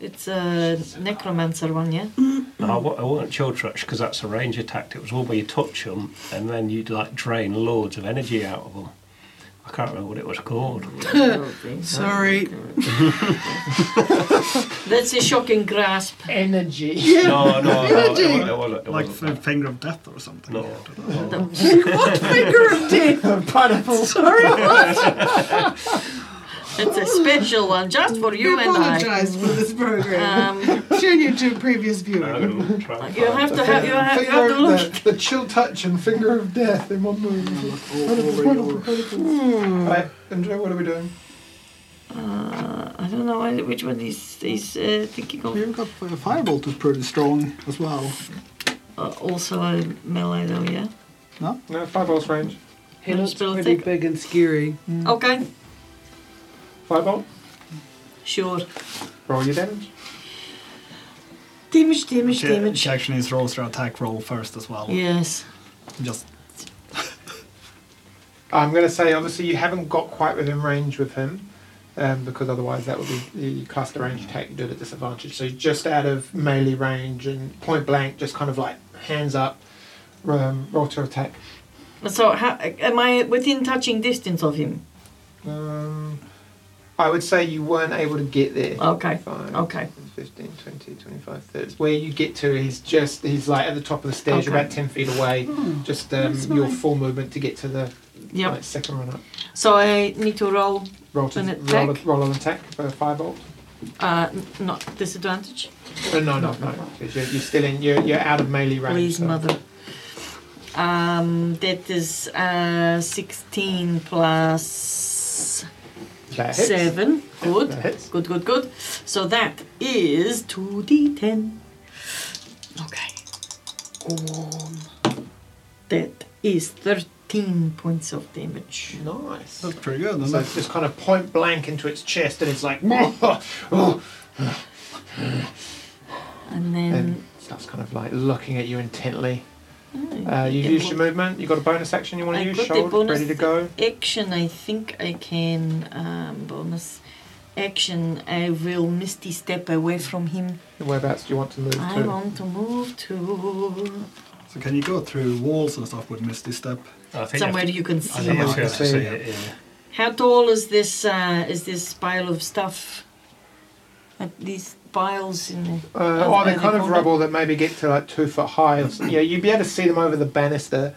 C: It's a necromancer one, yeah?
B: No, I wa- I wasn't chill touch because that's a ranger tactic. It was all where you touch them and then you'd like drain loads of energy out of them. I can't remember what it was called.
C: Oh,
D: Sorry.
C: That's a shocking grasp.
A: Energy.
B: [LAUGHS] No, no, no, it
E: Energy!
B: wasn't. It wasn't, it
E: Like
B: wasn't
E: f- Finger of Death or something.
B: No.
E: Yeah, I don't know.
D: Finger of death.
A: Pineapple.
C: It's a special one just for you
D: I
C: and I.
D: apologize for this program.
F: [LAUGHS]
C: Um,
D: Junior to previous viewers.
B: I'm gonna try and
C: you
B: find
C: have
B: it.
C: to have you have, you
A: Finger
C: have to
A: [LAUGHS]
C: look.
A: of the, the chill touch and finger of death in one move. Right, Andrea, what are we doing?
C: Uh, I don't know why- which one he's, he's uh, thinking of.
E: You've got uh, Firebolt is pretty strong as well.
C: Uh, also a melee though, yeah?
A: No, firebolt's range.
F: He
C: It's
F: looks
C: built
F: pretty
C: thick.
F: big and scary.
C: Okay,
A: Firebolt,
C: sure.
A: roll your damage.
C: Damage, damage,
E: She,
C: damage.
E: she actually needs to roll her attack roll first as well.
C: Yes.
E: Just
A: I'm going to say, obviously, you haven't got quite within range with him, um, because otherwise that would be you cast a range attack, you do it at disadvantage. So just out of melee range and point blank, just kind of like hands up, um, roll to attack.
C: So ha- am I within touching distance of him?
A: Um, I would say you weren't able to get there.
C: Okay.
A: Five,
C: Oh, Okay.
A: 15, 20, 25, 30. It's Where you get to, he's just, he's like at the top of the stairs, you're
C: Okay. Hmm,
A: about 10 feet away, just um,
C: that's
A: your
C: fine.
A: full movement to get to the like,
C: Yep.
A: second run up.
C: So I need to roll
A: Roll, to,
C: An
A: roll,
C: attack?
A: a- roll an attack for a firebolt.
C: uh, n- not disadvantage.
A: Uh, no, no, no. 'cause You're, you're still in. You're, you're out of melee range.
C: Please,
A: so-
C: mother. Um, that is uh, 16 plus
A: That hits.
C: 7. Good.
A: That hits.
C: Good, good, good. So that is 2d10. Okay. Um, that is 13 points of damage.
A: Nice.
E: that's pretty good.
A: So
E: Isn't
A: it's
E: it?
A: just kind of point blank into its chest, and it's like, [LAUGHS] oh,
C: And then.
A: and starts kind of like looking at you intently.
C: Oh,
A: Uh, you
C: yeah,
A: used
C: well,
A: your movement. You got a bonus action you want
C: I
A: to use.
C: got the
A: Shoulder
C: bonus
A: ready to go.
C: action, I think I can. Um, bonus action, I will misty step away from him.
A: Whereabouts do you want to move
C: I
A: to?
C: want to move to
E: So can you go through walls and stuff with Misty Step?
B: I think
C: somewhere you can
B: I
C: see.
B: think
A: Yeah,
B: you
A: I
B: have
A: can
B: to
A: see
B: see
A: it.
B: it. yeah.
C: How tall is this? Uh, is this pile of stuff? Uh, these piles in the
A: Uh, oh, they're
C: and
A: kind
C: they
A: of
C: hold
A: rubble that maybe get to like two foot high.
C: [CLEARS THROAT]
A: Or something. yeah, you'd be able to see them over the banister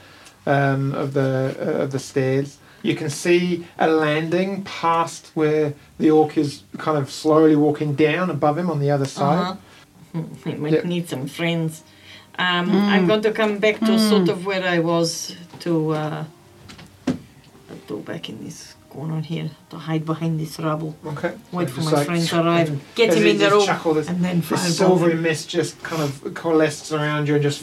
A: um, of the uh, of the stairs. You can see a landing past where the orc is kind of slowly walking down above him on the other
C: [LAUGHS]
A: side.
C: I uh-huh. might
A: Yep.
C: need some friends. Um, I'm going to come back to sort of where I was to uh, go back in this corner here to hide behind this rubble.
A: Okay.
C: Uh-huh. Wait
A: So
C: for
A: just,
C: my
A: like,
C: friends to arrive. Get
A: as
C: him
A: he
C: in the
A: just
C: room
A: chuckle this-
C: and then
A: The
C: fireball.
A: silvery
C: him.
A: mist just kind of coalesces around you and
C: [LAUGHS]
A: just.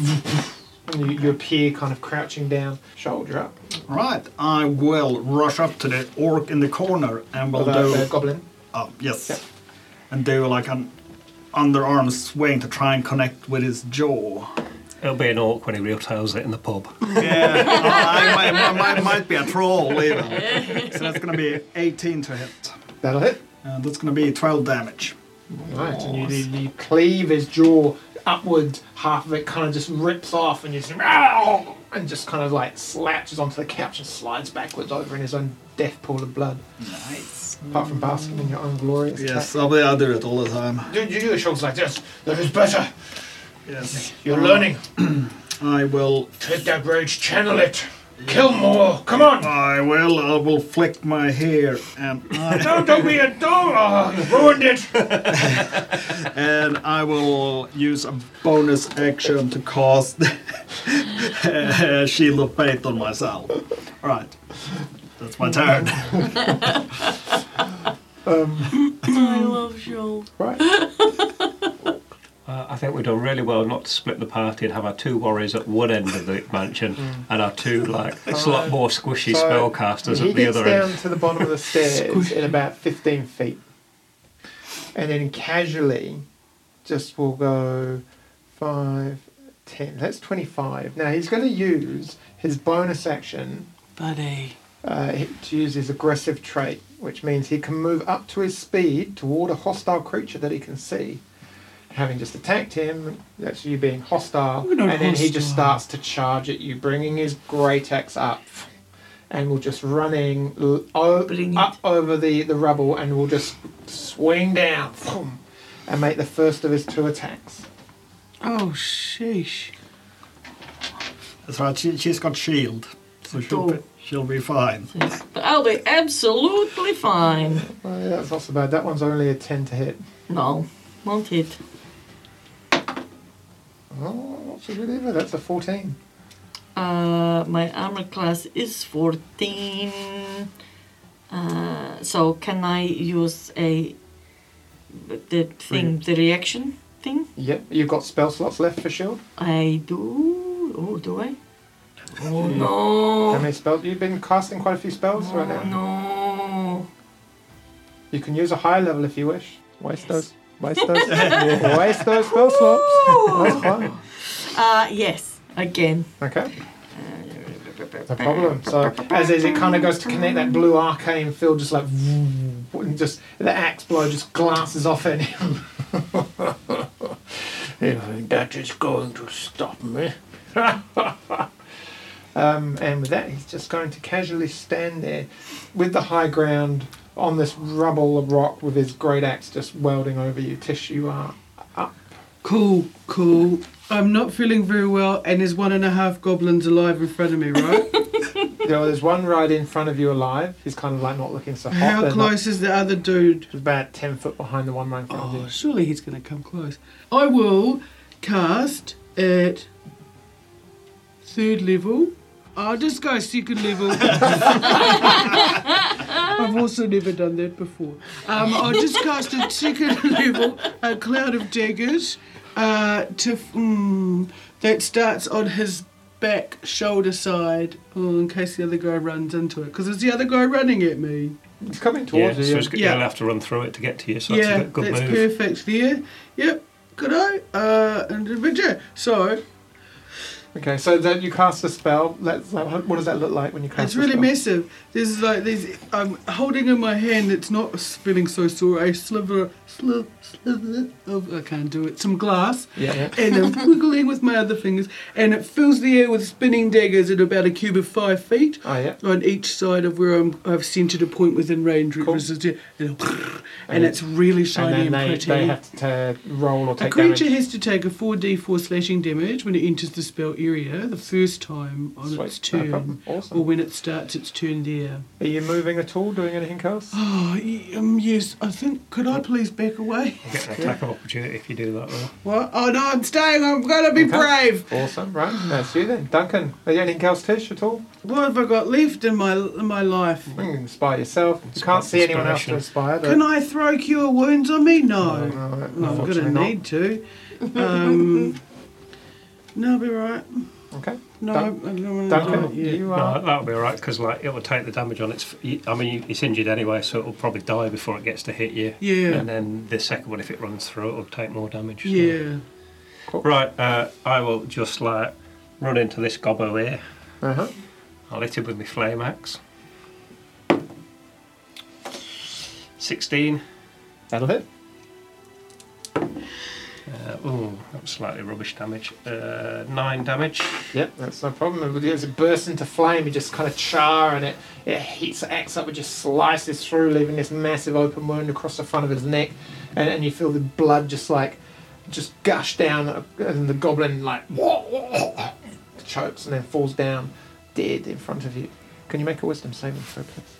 A: And you, you appear kind of crouching down, shoulder up.
E: Right, I will rush up to the orc in the corner and will
A: Although the
E: do.
A: goblin.
E: Oh, yes.
A: Yeah.
E: And do like an underarm swing to try and connect with his jaw.
B: It'll be an orc when he retails it in the pub.
E: Yeah, [LAUGHS] I, might, I might, might be a troll even. So that's going to be 18 to hit.
A: That'll hit.
E: And that's going to be 12 damage.
A: Right, and you, you, you cleave his jaw upward, half of it kind of just rips off, and you just "Ow!" and just kind of like slouches onto the couch and slides backwards over in his own death pool of blood.
E: Nice.
A: Apart from basking in your own glorious.
E: Yes, I, I do it all the time.
A: attack. Do, do your shots like this. That is better.
E: Yes.
A: You're learning.
E: I will.
A: Take that rage, channel it. Kill more. Come on.
E: I will. I will flick my hair and I,
A: No, don't be a doll. Oh, you ruined it.
E: and I will use a bonus action to cast [LAUGHS] Shield of Faith on myself. All right. That's my turn.
C: I love Joel.
A: Right.
B: Uh, I think we've done really well not to split the party and have our two warriors at one end of the mansion and our two like slightly more squishy
A: So,
B: spellcasters
A: He
B: at the
A: gets
B: other
A: down
B: end.
A: to the bottom of
B: [LAUGHS]
A: the stairs in about 15 feet. And then casually, just will go 5, 10. That's 25. Now he's going to use his bonus action
F: Buddy.
A: uh, to use his aggressive trait, which means he can move up to his speed toward a hostile creature that he can see. having just attacked him. That's you being hostile,
F: We're
A: and
F: not
A: then he just
F: hostile.
A: starts to charge at you, bringing his great axe up, and will just running l- o-
C: Bring it.
A: up over the the rubble, and will just swing down, boom, and make the first of his two attacks.
F: Oh, sheesh.
E: That's right. She, she's got shield, so she'll be,
C: Cool.
E: she'll be fine.
C: Yes, But I'll be absolutely fine.
A: Well, yeah, that's not so bad. That one's only a ten to hit.
C: No, won't hit.
A: Oh, not so good either. That's a fourteen.
C: Uh, my armor class is 14. Uh, so can I use a the thing, the reaction thing?
A: Yep, you've got spell slots left for shield.
C: I do. Oh, do I? Oh no!
A: How many spells? You've been casting quite a few spells right now.
C: Oh no!
A: You can use a high level if you wish. Waste those. [LAUGHS] Waste those.
E: Yeah.
A: waste those spell slots. That's
C: Ooh.
A: fine.
C: [LAUGHS] Uh, yes, again.
A: Okay. No problem. So as, as it kind of goes to connect that blue arcane field, just like vroom, and just the axe blow just glances off at him. [LAUGHS] If that is going to stop me. [LAUGHS] um, and with that, he's just going to casually stand there with the high ground on this rubble of rock with his great axe just welding over Uh, you. Tish, you are up.
F: Cool, cool. I'm not feeling very well, and there's one and a half goblins alive in front of me, right?
A: There- There's one right in front of you alive. He's kind of like not looking so hot.
F: How
A: They're not-
F: close is the other dude?
A: It's about 10 foot behind the one right in front of you.
F: Oh, surely he's going to come close. I will cast at third level. I'll just go second level. I've also never done that before. Um, I'll just cast at second [LAUGHS] level a cloud of daggers uh, to mm, that starts on his back shoulder side, oh, in case the other guy runs into it. Because is the other guy running at me?
A: It's coming
B: Yeah,
A: towards
B: so
A: you.
B: it's,
A: yeah.
B: g-
F: Yeah.
B: you'll have to run through it to get to you, so
F: yeah,
B: that's a good
F: that's
B: move.
F: perfect there. Yep, good eye. Uh, and but yeah, so
A: Okay, so that you cast a spell. That's, like, what does that look like when you cast
F: it's
A: a
F: really
A: spell?
F: massive. There's like these. I'm holding in my hand. It's not feeling so sore. A sliver, sliver, sliver of I can't do it. Some glass.
A: Yeah, yeah.
F: And
A: [LAUGHS]
F: I'm wiggling with my other fingers, and it fills the air with spinning daggers at about a cube of five feet.
A: Oh, yeah.
F: on each side of where I'm, I've centered a point within range,
A: Cool.
F: represents it, and, it'll-
A: And
F: and it's really shiny
A: And
F: and,
A: then they,
F: pretty.
A: they have to t- roll or
F: A
A: take
F: creature
A: damage.
F: has to take a 4d4 slashing damage when it enters the spell area the first time on
A: Sweet,
F: its
A: no
F: turn,
A: problem. Awesome.
F: or when it starts its turn there.
A: Are you moving at all? Doing anything
F: [GASPS]
A: else?
F: Oh, y- um, yes, I think. Could I please
A: [LAUGHS]
F: back away?
B: You get an attack of opportunity if you do that, though.
F: What? Oh no, I'm staying. I'm gonna be
A: Okay.
F: brave.
A: awesome, right? That's you then, Duncan. Are you anything else, Tish, at all?
F: What have I got left in my in my life?
A: You can inspire yourself. You
B: Inspire-
A: can't see anyone else to
B: inspiration.
A: inspire. But
F: Can I throw cure wounds on me? No.
A: Uh, No, no,
F: No, I'm
A: unfortunately
F: gonna
A: not. [LAUGHS]
F: need to. Um, no, I'll be right.
A: Okay,
F: No,
A: Dun-
F: I don't want to
A: Duncan,
F: do it yet.
A: you
B: No,
A: are.
B: that'll be alright because like it will take the damage on its. f- I mean, it's injured anyway, so it'll probably die before it gets to hit you.
F: Yeah.
B: And then the second one, if it runs through, it'll take more damage. so-
F: Yeah.
B: Right. Uh, I will just like run into this gobbo here.
A: Uh huh.
B: I'll hit him with my flame axe. Sixteen.
A: That'll hit.
B: Uh, oh, that was slightly rubbish damage. Uh, nine damage.
A: Yep, that's no problem. It- As it bursts into flame, you just kind of char and it, it heats the axe up, it just slices through, leaving this massive open wound across the front of his neck. And, and you feel the blood just like, just gush down, uh, and the goblin like, chokes and then falls down dead in front of you. Can you make a wisdom saving throw, please?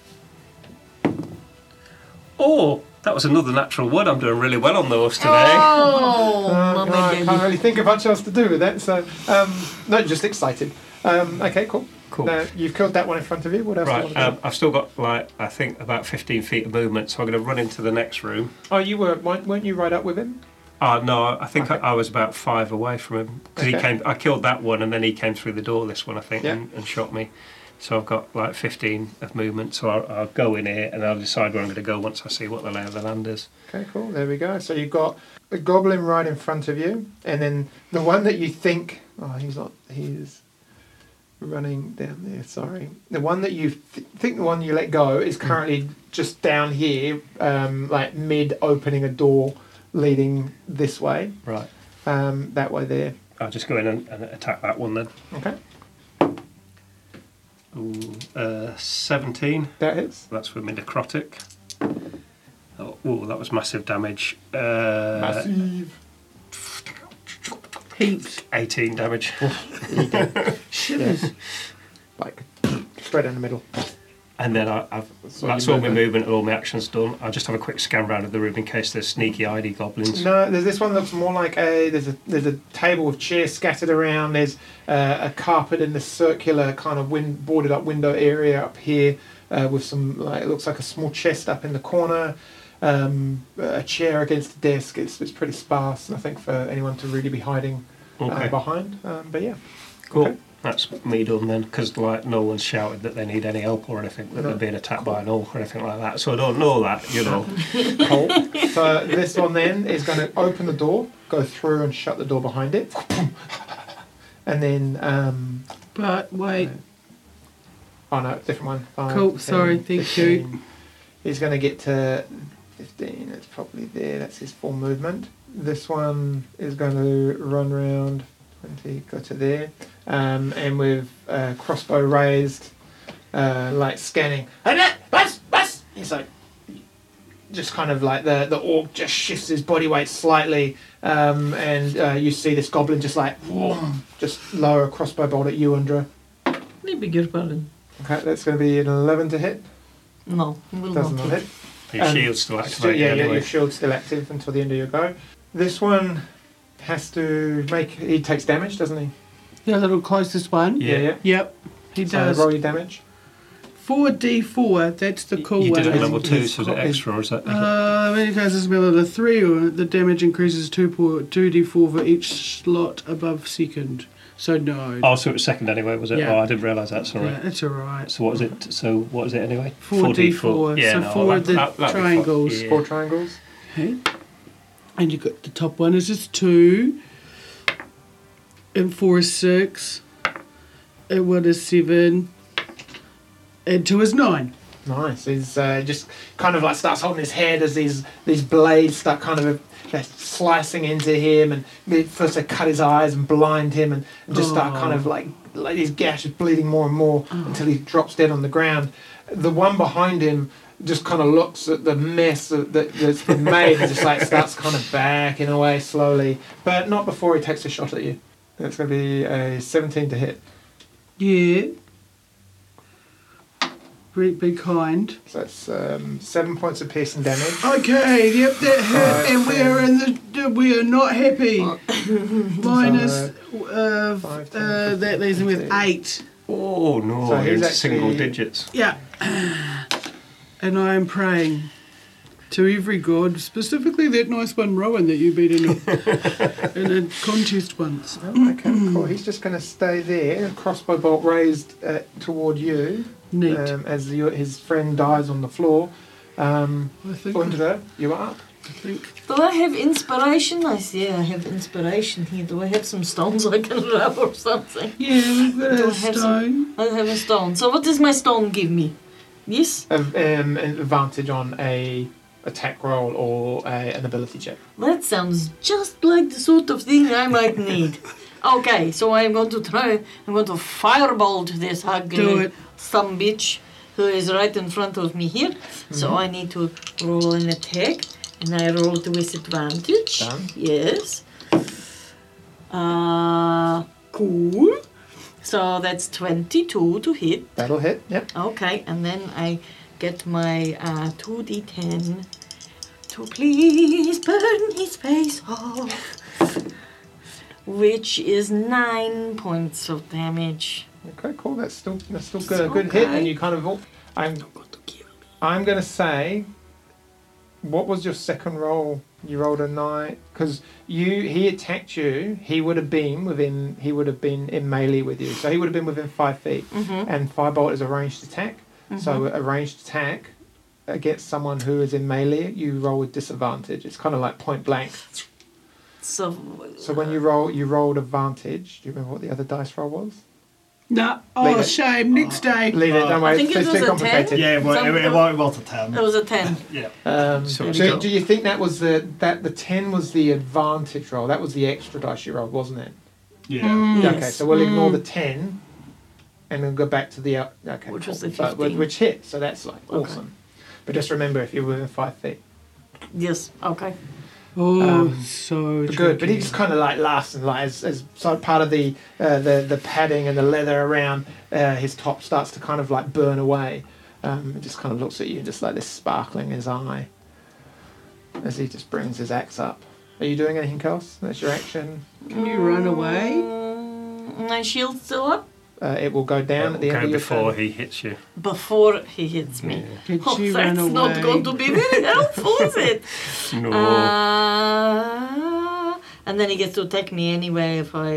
B: Oh, that was another natural one. I'm doing really well on those today.
C: [LAUGHS] Oh,
A: Um,
C: mama
A: no, I
C: baby.
A: can't really think of much else to do with that, so, um, no, just excited. Um, okay, cool.
B: Cool.
A: Now, you've killed that one in front of you. What else do you
B: Right,
A: want to do?
B: um, I've still got like I think about 15 feet of movement, so I'm going to run into the next room.
A: oh, you were, weren't weren't you right up with him?
B: Ah, no, I think
A: Okay.
B: I, I was about five away from him because he
A: Okay.
B: came. I killed that one, and then he came through the door. This one, I think,
A: Yeah.
B: and, and shot me. So I've got like 15 of movement. So I'll, I'll go in here, and I'll decide where I'm going to go once I see what the lay of the land is.
A: Okay, cool. There we go. So you've got a goblin right in front of you, and then the one that you think, oh, he's not, he's running down there. Sorry, the one that you th- think the one you let go is currently just down here, um, like mid opening a door leading this way.
B: Right.
A: Um, that way there.
B: I'll just go in and, and attack that one then.
A: Okay.
B: Ooh, uh, 17.
A: That hits.
B: That's with my necrotic. Oh, ooh, that was massive damage. Uh,
A: Massive.
F: Heaps.
B: 18
A: [LAUGHS]
B: damage.
F: Shivers.
A: Like [CLEARS THROAT] straight down the middle.
B: And then I, I've,
A: So
B: that's
A: you
B: all my
A: move it.
B: movement and all my actions done. I'll just have a quick scan round of the room in case there's sneaky ID goblins.
A: No, there's this one looks more like a there's a there's a table with chairs scattered around. There's uh, a carpet in the circular kind of wind boarded up window area up here uh, with some like it looks like a small chest up in the corner. Um, a chair against a desk. It's it's pretty sparse. Nothing for anyone to really be hiding
B: Okay.
A: uh, behind. Um, but yeah,
B: Cool.
A: Okay.
B: That's me done then, because like no one's shouted that they need any help or anything, that
A: No.
B: they're being attacked by an orc or anything like that. So I don't know that,
A: [LAUGHS]
B: you know.
A: cool. so [LAUGHS] this one then is going to open the door, go through, and shut the door behind it. [LAUGHS] And then, um,
F: But wait,
A: oh no, different one. Five,
F: Cool, sorry, thank you.
A: 15. He's going to get to 15, that's probably there, that's his full movement. This one is going to run round 20, go to there. Um, and with uh, crossbow raised, uh, like scanning. And that, bus, bus! He's like, just kind of like the, the orc just shifts his body weight slightly, um, and uh, you see this goblin just like, whoom, just lower a crossbow bolt at you, Undra.
C: I beg your pardon.
A: Okay, that's going to be an 11 to hit.
C: No, will
A: Doesn't
C: not.
A: hit.
B: Your
A: Um,
B: shield's still
A: Still,
B: activated
A: yeah, yeah,
B: anyway.
A: your shield's still active until the end of your go. This one has to make. He takes damage, doesn't he?
F: the little closest one.
B: Yeah.
F: Yep, he
A: So
F: does.
A: roll your damage.
F: 4d4, that's the cool
B: you
F: one.
B: did it
A: It's-
B: level two,
A: it's
B: so is it
A: got-
B: extra or is that?
F: Uh, when it goes as well as a 3, or the damage increases 2 po- 2d4 for each slot above second. So no.
B: oh, so it was second anyway, was it?
F: Yeah.
B: Oh, I didn't realise that. Sorry.
F: Yeah, it's alright.
B: So what is it? So what is it anyway?
F: 4D4.
B: 4D4.
F: So four of the
B: that'd be fine.
F: triangles.
B: Yeah.
A: Four triangles.
F: Okay. And you got the top one is just 2, and 4 is 6, and 1 is 7, and 2 is 9.
A: Nice. He's uh, just kind of like starts holding his head as these these blades start kind of they're slicing into him, and they first they cut his eyes and blind him, and, and just start kind of like like his gash is bleeding more and more until he drops dead on the ground. The one behind him just kind of looks at the mess that, that- that's been made and just like starts kind of backing away slowly, but not before he takes a shot at you. That's going to be a 17 to hit.
F: Yeah. Be, be kind.
A: So that's um, seven points of piercing damage.
F: Okay, yep, that hurt, and we are in the. We are not happy. [LAUGHS] Minus. Uh,
A: Five, ten,
F: uh, that leaves me with
A: fifteen.
F: eight.
B: Oh no,
A: So
B: you're
A: he's
B: in
A: actually-
B: single digits.
F: Yeah. [SIGHS] And I am praying to every god, specifically that nice one, Rowan, that you beat in
A: [LAUGHS]
F: a, in a contest once.
A: Oh, Okay, cool. He's just going to stay there, crossbow bolt raised uh, toward you
F: Neat.
A: um, as your, his friend dies on the floor. Um,
F: I think.
A: Undra, you are up.
F: I think.
C: Do I have inspiration? I see I have inspiration here. Do I have some stones I can [LAUGHS] rub or something?
F: Yeah, we've got
C: Do I
F: a
C: have some-
F: stone.
C: I have a stone. So what does my stone give me? Yes?
A: Have, um, an advantage on a attack roll or a, an ability check.
C: That sounds just like the sort of thing I might
F: [LAUGHS]
C: need. Okay, so I'm going to try. I'm going to firebolt this
F: Do
C: ugly
F: it.
C: some bitch who is right in front of me here. So I need to roll an attack, and I rolled with advantage.
A: Done.
C: Yes. Uh, cool. So that's 22 to hit.
A: That'll hit. Yep.
C: Okay, and then I get my uh, 2d10 to please burn his face off, which is nine points of damage.
A: Okay, cool. That's still that's still good. A good hit, and
C: Okay.
A: you kind of. I'm I'm going to say. What was your second roll? You rolled a nine because you he attacked you. He would have been within. He would have been in melee with you, so he would have been within five feet.
C: Mm-hmm.
A: And firebolt is a ranged attack, so a ranged attack against someone who is in melee, you roll with disadvantage. It's kind of like point blank.
C: So,
A: So when you roll, you rolled advantage. Do you remember what the other dice roll was?
F: No.
A: Leave
F: Oh,
A: it.
F: shame. Next day.
A: Leave it, don't worry.
C: I think
A: it's,
C: it
A: it's
C: was
A: too
C: a 10.
A: complicated.
E: Yeah, it was,
C: Some-
E: it, it, wa- it was a 10.
C: That was a 10.
B: Yeah.
A: Um,
B: So
A: so,
B: it's
A: do,
B: got-
A: you think that was the that the ten was the advantage roll? That was the extra dice you rolled, wasn't it?
E: Yeah.
C: Mm.
A: Okay, so we'll ignore the ten, and then go back to the out. Okay,
C: Which was the
A: But- but
C: 15.
A: which hit? So that's like awesome. But just remember, if you're within five feet,
C: Yes, okay.
F: Oh, so
A: But Um, good. But he just kind of like laughs and like as, as sort of part of the uh, the the padding and the leather around uh, his top starts to kind of like burn away. Um, he just kind of looks at you, just like this sparkling in his eye, as he just brings his axe up. Are you doing anything else? That's your action.
F: Can you run away?
C: Mm, my shield's still up
A: Uh, it will go down at the
B: Go
A: end of your
B: before
A: turn.
B: he hits you.
C: before he hits me.
F: Did
C: Oh,
F: you
C: that's
F: run away? Oh.
C: not going to be
F: [LAUGHS]
C: very helpful, is it?
B: No.
C: Uh, and then he gets to attack me anyway if I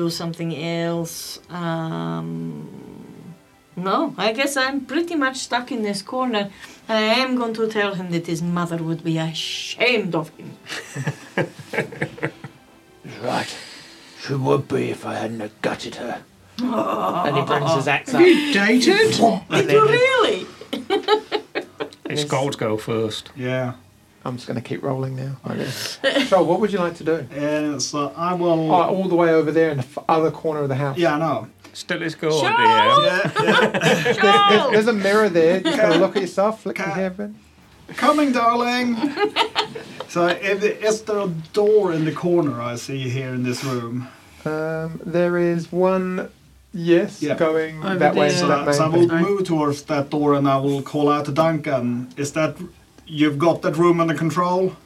C: do something else. Um, no, I guess I'm pretty much stuck in this corner. I am going to tell him that his mother would be ashamed of him.
A: Right. She would be if I hadn't gutted her. and he brings his [LAUGHS] axe up.
F: You dated?
A: and
C: Did you
A: then he-
C: really?
B: It's gold go first.
E: Yeah.
A: I'm just going to keep rolling now. I guess. so, what would you like to do?
E: Uh, so I will.
A: Oh, all the way over there in the f- other corner of the house.
E: Yeah, I know.
B: Still is gold,
C: Sure.
B: dear.
E: Yeah, yeah.
A: There- There's, there's a mirror there. Just gotta look at yourself, flick your
E: Cat.
A: hair in.
E: Coming, darling. so if, is there a door in the corner I see here in this room?
A: Um, there is one, yes,
E: Yeah.
A: going
F: Over
A: that way.
F: there.
A: to
E: So,
A: that
E: so I
A: main
E: Eh, will
A: bit.
F: Aye.
E: move towards that door and I will call out to Duncan. Is that you've got that room under control?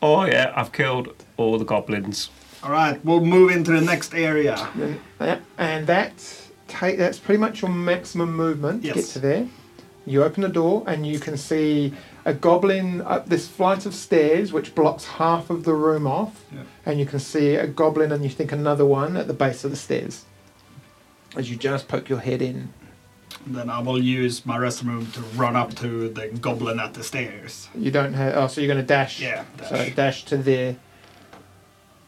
B: Oh, yeah, I've killed all the goblins.
E: All right, we'll move into the next area.
A: And- yeah, And that take that's pretty much your maximum movement to get
E: Yes.
A: to there. You open the door and you can see a goblin up this flight of stairs, which blocks half of the room off.
E: Yeah.
A: And you can see a goblin and you think another one at the base of the stairs. As you just poke your head in.
E: Then I will use my restroom to run up to the goblin at the stairs.
A: You don't have. Oh, so you're going to dash.
E: Yeah,
A: So
E: dash.
A: dash to there.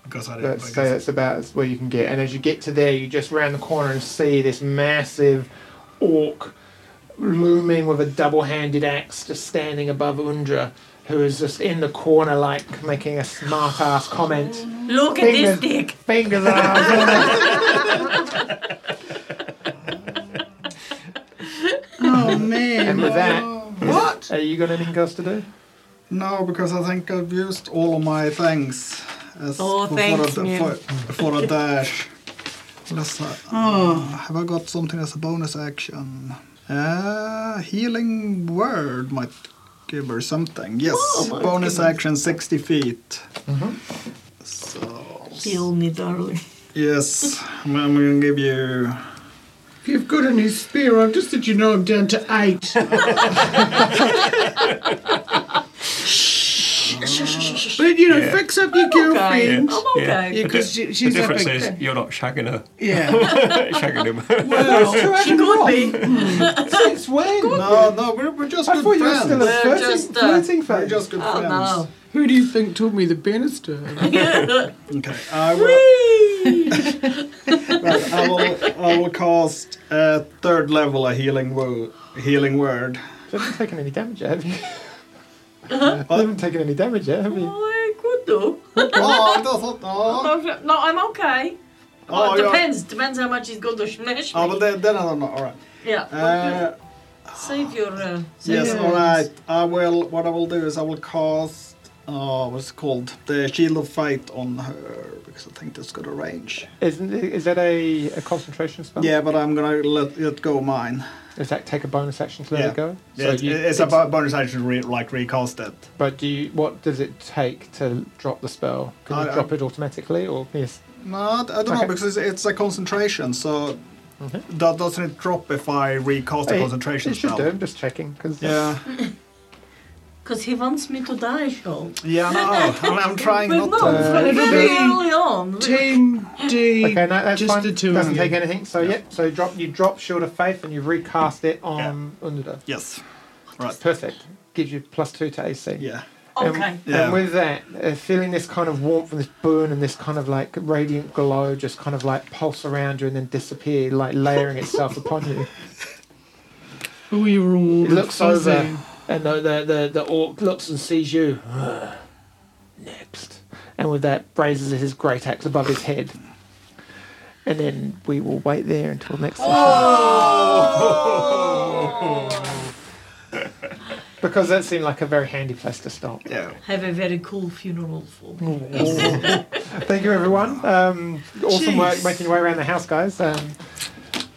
E: Because I didn't.
A: Let's say that's about as where you can get. And as you get to there, you just round the corner and see this massive orc looming with a double handed axe just standing above Undra, who is just in the corner, like making a smart ass comment.
C: Look at this dick.
A: Fingers
C: [LAUGHS]
A: are.
F: Oh, man.
A: and with that, [LAUGHS]
E: what?
A: are you got anything else to do?
E: No, because I think I've used all of my things. As
C: Oh, thanks,
E: a,
C: man.
E: for, for a dash. Unless I,
C: Oh.
E: have I got something as a bonus action? Uh, healing word might give her something. Yes,
C: Oh,
E: bonus action 60 feet.
A: Mm-hmm.
E: So,
C: Kill me, darling.
E: yes, I'm, I'm going to give you.
F: If you've got a new spear, I've just that you know I'm down to eight. but, you know, fix up your
C: Okay.
F: girlfriend.
C: I'm okay.
F: Yeah,
B: The
F: 'cause
B: di-
F: she- she's
B: the
F: up
B: difference
F: a-
B: is you're not shagging her. [LAUGHS]
F: Yeah.
A: [LAUGHS]
B: shagging him.
C: She could be.
A: Since
C: [LAUGHS]
A: when?
E: No, no, we're, we're just
A: I thought
E: good
A: you were
E: friends.
A: still a
C: We're
A: flirting,
C: just, uh,
A: flirting
E: we're
A: phase.
E: just good
C: Oh,
E: friends.
C: no.
F: Who do you think taught me the banister?
C: [LAUGHS]
E: Okay, I will. [LAUGHS] Right, I will. I will cast uh, third level a healing wo- healing word.
A: You haven't taken any damage yet, have you?
C: Uh-huh.
A: I haven't taken any damage yet, have you?
C: Oh, I could do.
E: Oh, I thought. Oh,
C: No, I'm okay. Oh,
E: oh,
C: it
E: yeah.
C: depends. Depends how much he's going to smash me.
E: Oh, but then, then I don't know. All right.
C: yeah. but,
E: Uh,
C: uh, save your. Uh, save
E: yes.
C: your
E: All right. I will. What I will do is I will cast. Oh, what's it called? The shield of fight on her because I think that's got a range.
A: Isn't is that a, a concentration spell?
E: Yeah, but I'm gonna let it go mine.
A: Does that take a bonus action to let
E: Yeah.
A: it go?
E: Yeah, it's,
A: you-
E: it's a bo- bonus action, re- like recast it.
A: But do you? What does it take to drop the spell? Can you
E: I- I-
A: drop it automatically, or yes?
E: No, I d- I don't
A: Okay.
E: know because it's, it's a concentration, so
A: Okay.
E: that doesn't it drop if I recast a
A: It-
E: concentration
A: it should
E: spell.
A: do. I'm just checking because
E: Yeah,
C: Because he wants me to die, Sean.
E: yeah, no, I'm, I'm trying
C: But
E: not
C: no,
E: to.
C: very
F: it'll be-
C: early on.
F: Team D.
A: Okay, no, that's
F: just
A: fine.
F: the two
A: Doesn't
F: of you.
A: take anything. So yep. So drop you drop Shield of Faith and you recast it on Underdark.
E: Yes, right.
A: Perfect. Gives you plus two to AC.
E: Yeah,
C: Okay.
E: Yeah.
A: And with that, uh, feeling this kind of warmth and this burn and this kind of like radiant glow just kind of like pulse around you and then disappear, like layering itself [LAUGHS] upon you.
F: Oh, you're all warm
A: He
F: and
A: looks
F: fuzzy.
A: over and the, the, the, the orc looks and sees you. [SIGHS] Next. And with that, raises his great axe above his head. And then we will wait there until next session. Oh! [LAUGHS] because that seemed like a very handy place to stop.
E: Yeah.
C: Have a very cool funeral for me.
A: Thank you, everyone. Um, awesome
F: Jeez.
A: work making your way around the house, guys. Um,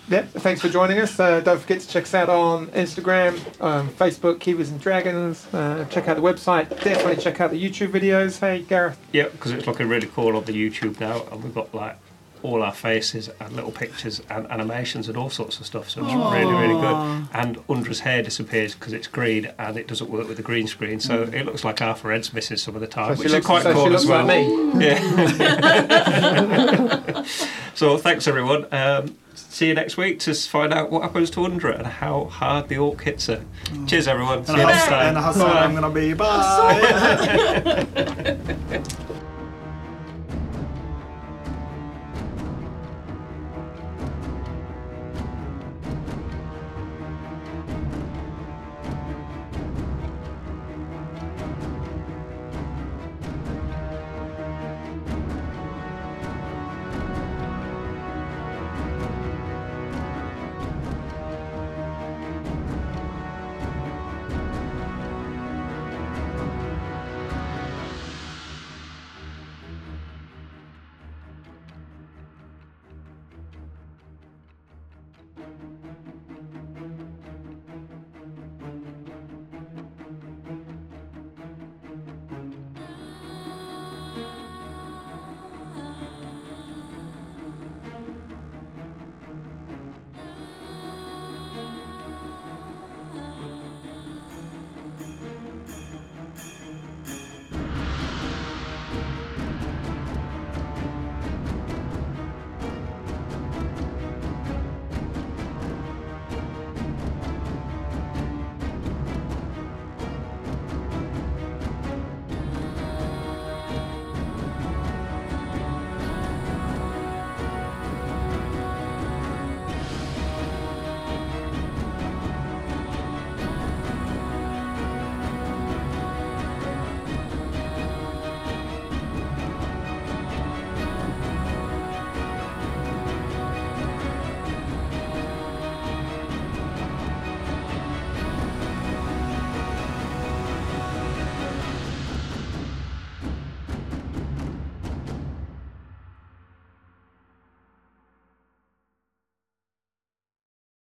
A: yep, thanks for joining us. Uh, don't forget to check us out on Instagram, um, Facebook, Kiwis and Dragons. Uh, check out the website. Definitely check out the YouTube videos. Hey, Gareth.
B: Yeah, because it's looking really cool on the YouTube now, and we've got like all our faces and little pictures and animations and all sorts of stuff. So it's really, really good. And Undra's hair disappears because it's green and it doesn't work with the green screen, so it looks like Arthur Ed's missing some of the time,
A: Mm. So
B: which is quite
A: so she
B: cool
A: looks
B: as well.
A: like me.
B: Yeah. so thanks everyone. Um, see you next week to s- find out what happens to Undra and how hard the orc hits her. Cheers everyone. See
E: Mm. And
B: you next
E: how, and
B: time.
E: how sad I'm gonna be. Bye.